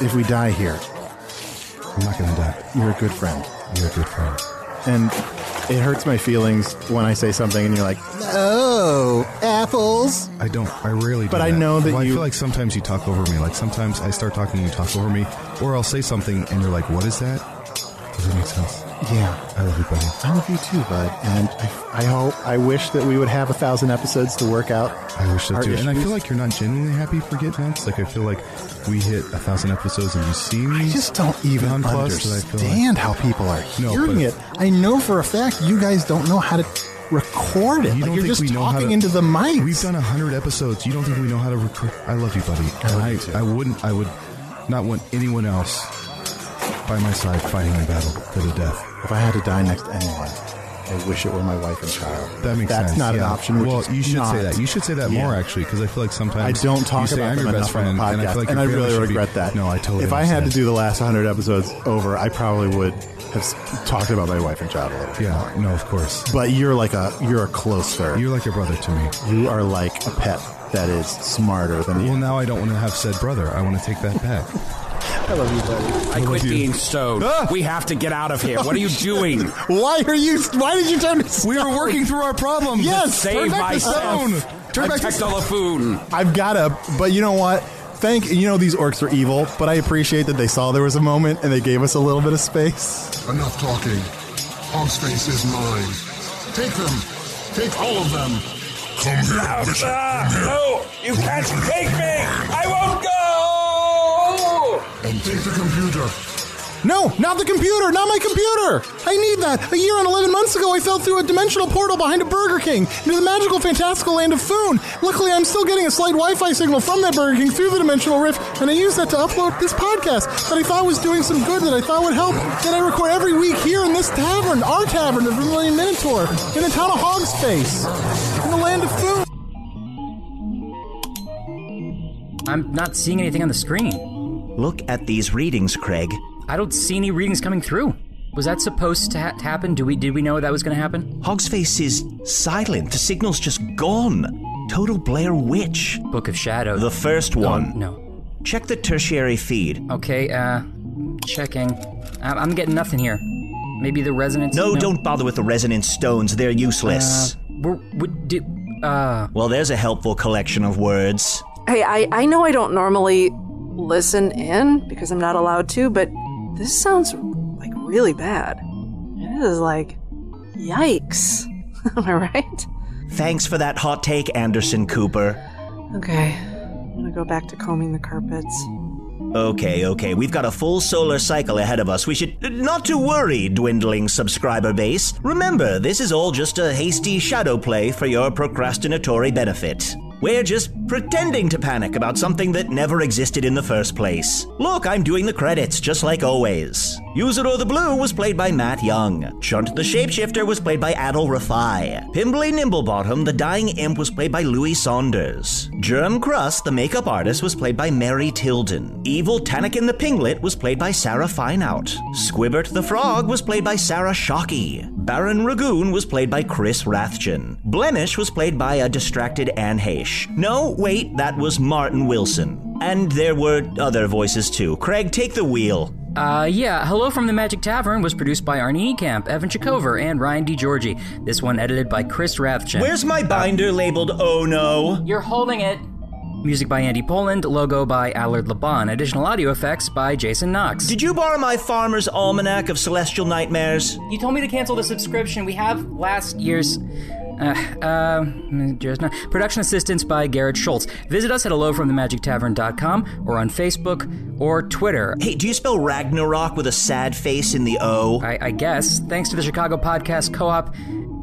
Speaker 2: if we die here,
Speaker 4: I'm not going to die.
Speaker 2: You're a good friend.
Speaker 4: You're a good friend.
Speaker 2: And it hurts my feelings when I say something and you're like, oh, apples.
Speaker 4: I don't. I rarely.
Speaker 2: But
Speaker 4: do
Speaker 2: I know that
Speaker 4: Well,
Speaker 2: you-
Speaker 4: I feel like sometimes you talk over me. Like sometimes I start talking and you talk over me, or I'll say something and you're like, "What is that?" Does that make sense?
Speaker 2: Yeah.
Speaker 4: I love you, buddy.
Speaker 2: I love you too, bud. And I, I hope, I wish that we would have a thousand episodes to work out.
Speaker 4: I wish that
Speaker 2: our
Speaker 4: too. And I
Speaker 2: issues.
Speaker 4: feel like you're not genuinely happy for Get Nuts. Like I feel like we hit a thousand episodes and you seem. I
Speaker 2: just don't even understand how people are hearing it. I know for a fact you guys don't know how to record it.
Speaker 4: You
Speaker 2: Like,
Speaker 4: don't
Speaker 2: you're
Speaker 4: think
Speaker 2: just
Speaker 4: we know how
Speaker 2: talking
Speaker 4: to-
Speaker 2: into the mic.
Speaker 4: We've done a hundred episodes. You don't think we know how to record? I love you, buddy. And I, I, wouldn't. I would not want anyone else by my side fighting my battle to the death.
Speaker 2: If I had to die next to anyone, I wish it were my wife and child.
Speaker 4: That makes
Speaker 2: That's
Speaker 4: sense.
Speaker 2: not an
Speaker 4: yeah.
Speaker 2: option. Which
Speaker 4: well,
Speaker 2: is
Speaker 4: you should
Speaker 2: not-
Speaker 4: say that. You should say that
Speaker 2: Yeah.
Speaker 4: more actually, because I feel like
Speaker 2: I
Speaker 4: sometimes
Speaker 2: don't
Speaker 4: you
Speaker 2: talk
Speaker 4: say,
Speaker 2: about
Speaker 4: I'm
Speaker 2: them
Speaker 4: your best
Speaker 2: enough on
Speaker 4: friend,
Speaker 2: the
Speaker 4: and
Speaker 2: podcast,
Speaker 4: I feel like your family
Speaker 2: really
Speaker 4: should be-
Speaker 2: regret that.
Speaker 4: No, I totally.
Speaker 2: If I had to
Speaker 4: understand.
Speaker 2: do the last 100 episodes over, I probably would have s- talked about my wife and child a little. Bit
Speaker 4: yeah, no, of course.
Speaker 2: But you're like a you're a close third.
Speaker 4: You're like a brother to me.
Speaker 2: You are like a pet that is smarter than
Speaker 4: Well, now I don't want to have said brother. I want to take that back.
Speaker 2: I love you, buddy.
Speaker 3: I quit being stoned. We have to get out of here. What are you doing?
Speaker 2: Why are you? Why did you turn?
Speaker 4: We were working through our problems. Yes,
Speaker 3: Save
Speaker 4: turn back the
Speaker 3: myself.
Speaker 4: stone. Turn back the
Speaker 3: Protect all of Foon.
Speaker 2: I've gotta. But you know what? Thank you know these orcs are evil, but I appreciate that they saw there was a moment and they gave us a little bit of space.
Speaker 16: Enough talking. Hogsface is mine. Take them. Take all of them. Come here. Bishop. Come here.
Speaker 17: Ah, No, you can't take me! I won't go!
Speaker 16: And take the computer.
Speaker 2: No, not the computer, not my computer. I need that. A year and 11 months ago, I fell through a dimensional portal behind a Burger King into the magical, fantastical land of Foon. Luckily, I'm still getting a slight Wi Fi signal from that Burger King through the dimensional rift, and I use that to upload this podcast that I thought was doing some good, that I thought would help, that I record every week here in this tavern, our tavern, the Vermilion Minotaur, in the town of Hogsface, in the land of Foon.
Speaker 18: I'm not seeing anything on the screen.
Speaker 1: Look at these readings, Craig.
Speaker 18: I don't see any readings coming through. Was that supposed to ha- happen? Do we did we know that was going to happen?
Speaker 1: Hogsface is silent. The signal's just gone. Total Blair Witch.
Speaker 18: Book of Shadows. Oh,
Speaker 1: The first one.
Speaker 18: no.
Speaker 1: Check the tertiary feed.
Speaker 18: Okay, uh, checking. I- I'm getting nothing here. Maybe the resonance.
Speaker 1: No, don't bother with the resonance stones. They're useless.
Speaker 18: Uh, we're, we did, uh...
Speaker 1: Well, there's a helpful collection of words.
Speaker 19: Hey, I, I know I don't normally listen in because I'm not allowed to, but this sounds like really bad. This is like Yikes. Am I right?
Speaker 1: Thanks for that hot take, Anderson Cooper.
Speaker 19: Okay. I'm gonna go back to combing the carpets.
Speaker 1: Okay, okay, we've got a full solar cycle ahead of us. We should not to worry, dwindling subscriber base. Remember, this is all just a hasty shadow play for your procrastinatory benefit. We're just pretending to panic about something that never existed in the first place. Look, I'm doing the credits, just like always. User or the Blue was played by Matt Young. Chunt the Shapeshifter was played by Adol Rafai. Pimbly Nimblebottom, the Dying Imp, was played by Louis Saunders. Germ Crust, the makeup artist, was played by Mary Tilden. Evil Tanakin the Pinglet was played by Sarah Fineout. Squibbert the Frog was played by Sarah Shockey. Baron Ragoon was played by Chris Rathjen. Blemish was played by a distracted Anne Heche. No, wait, that was Martin Wilson. And there were other voices too. Craig, take the wheel.
Speaker 18: Uh, yeah, Hello from the Magic Tavern was produced by Arnie Ekamp, Evan Chikover, and Ryan DiGiorgi. This one edited by Chris Rathjen.
Speaker 1: Where's my binder labeled Oh No?
Speaker 18: You're holding it. Music by Andy Poland, logo by Allard Laban, additional audio effects by Jason Knox.
Speaker 1: Did you borrow my Farmer's Almanac of Celestial Nightmares?
Speaker 18: You told me to cancel the subscription. We have last year's. Uh, uh, just not- production assistance by Garrett Schultz. Visit us at hellofromthemagictavern.com or on Facebook or Twitter.
Speaker 1: Hey, do you spell Ragnarok with a sad face in the O?
Speaker 18: I, I guess. Thanks to the Chicago Podcast Co op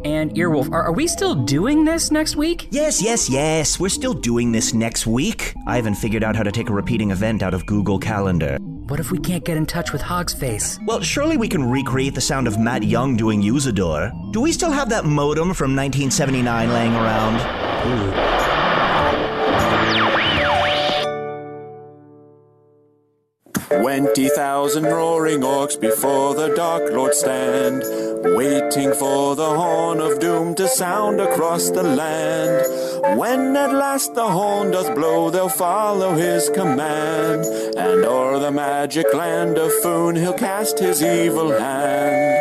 Speaker 18: and Earwolf. Are, are we still doing this next week?
Speaker 1: Yes, yes, yes. We're still doing this next week. I haven't figured out how to take a repeating event out of Google Calendar.
Speaker 18: What if we can't get in touch with Hogsface?
Speaker 1: Well, surely we can recreate the sound of Matt Young doing Usador. Do we still have that modem from 1979 laying around? Ooh.
Speaker 20: Twenty thousand roaring orcs before the Dark Lord stand, waiting for the horn of doom to sound across the land. When at last the horn doth blow, they'll follow his command, and o'er the magic land of Foon he'll cast his evil hand.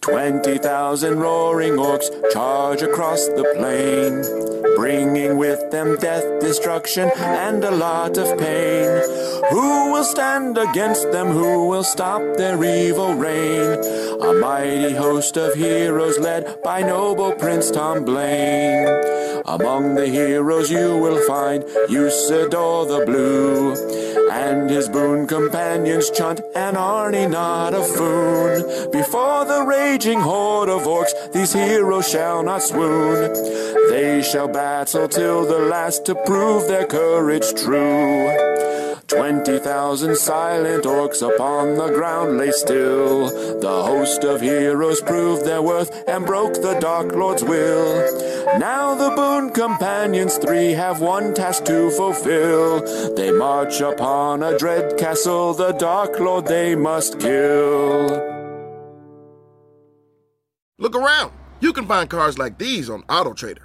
Speaker 20: Twenty thousand roaring orcs charge across the plain, bringing with them death, destruction, and a lot of pain. Who will stand against them? Who will stop their evil reign? A mighty host of heroes led by noble Prince Tom Blaine. Among the heroes you will find Usador the Blue, and his boon companions Chunt and Arnie, not a foon. Before the raging horde of orcs, these heroes shall not swoon. They shall battle till the last to prove their courage true. Twenty thousand silent orcs upon the ground lay still. The host of heroes proved their worth and broke the Dark Lord's will. Now the boon companions three have one task to fulfill. They march upon a dread castle, the Dark Lord they must kill.
Speaker 21: Look around. You can find cars like these on AutoTrader,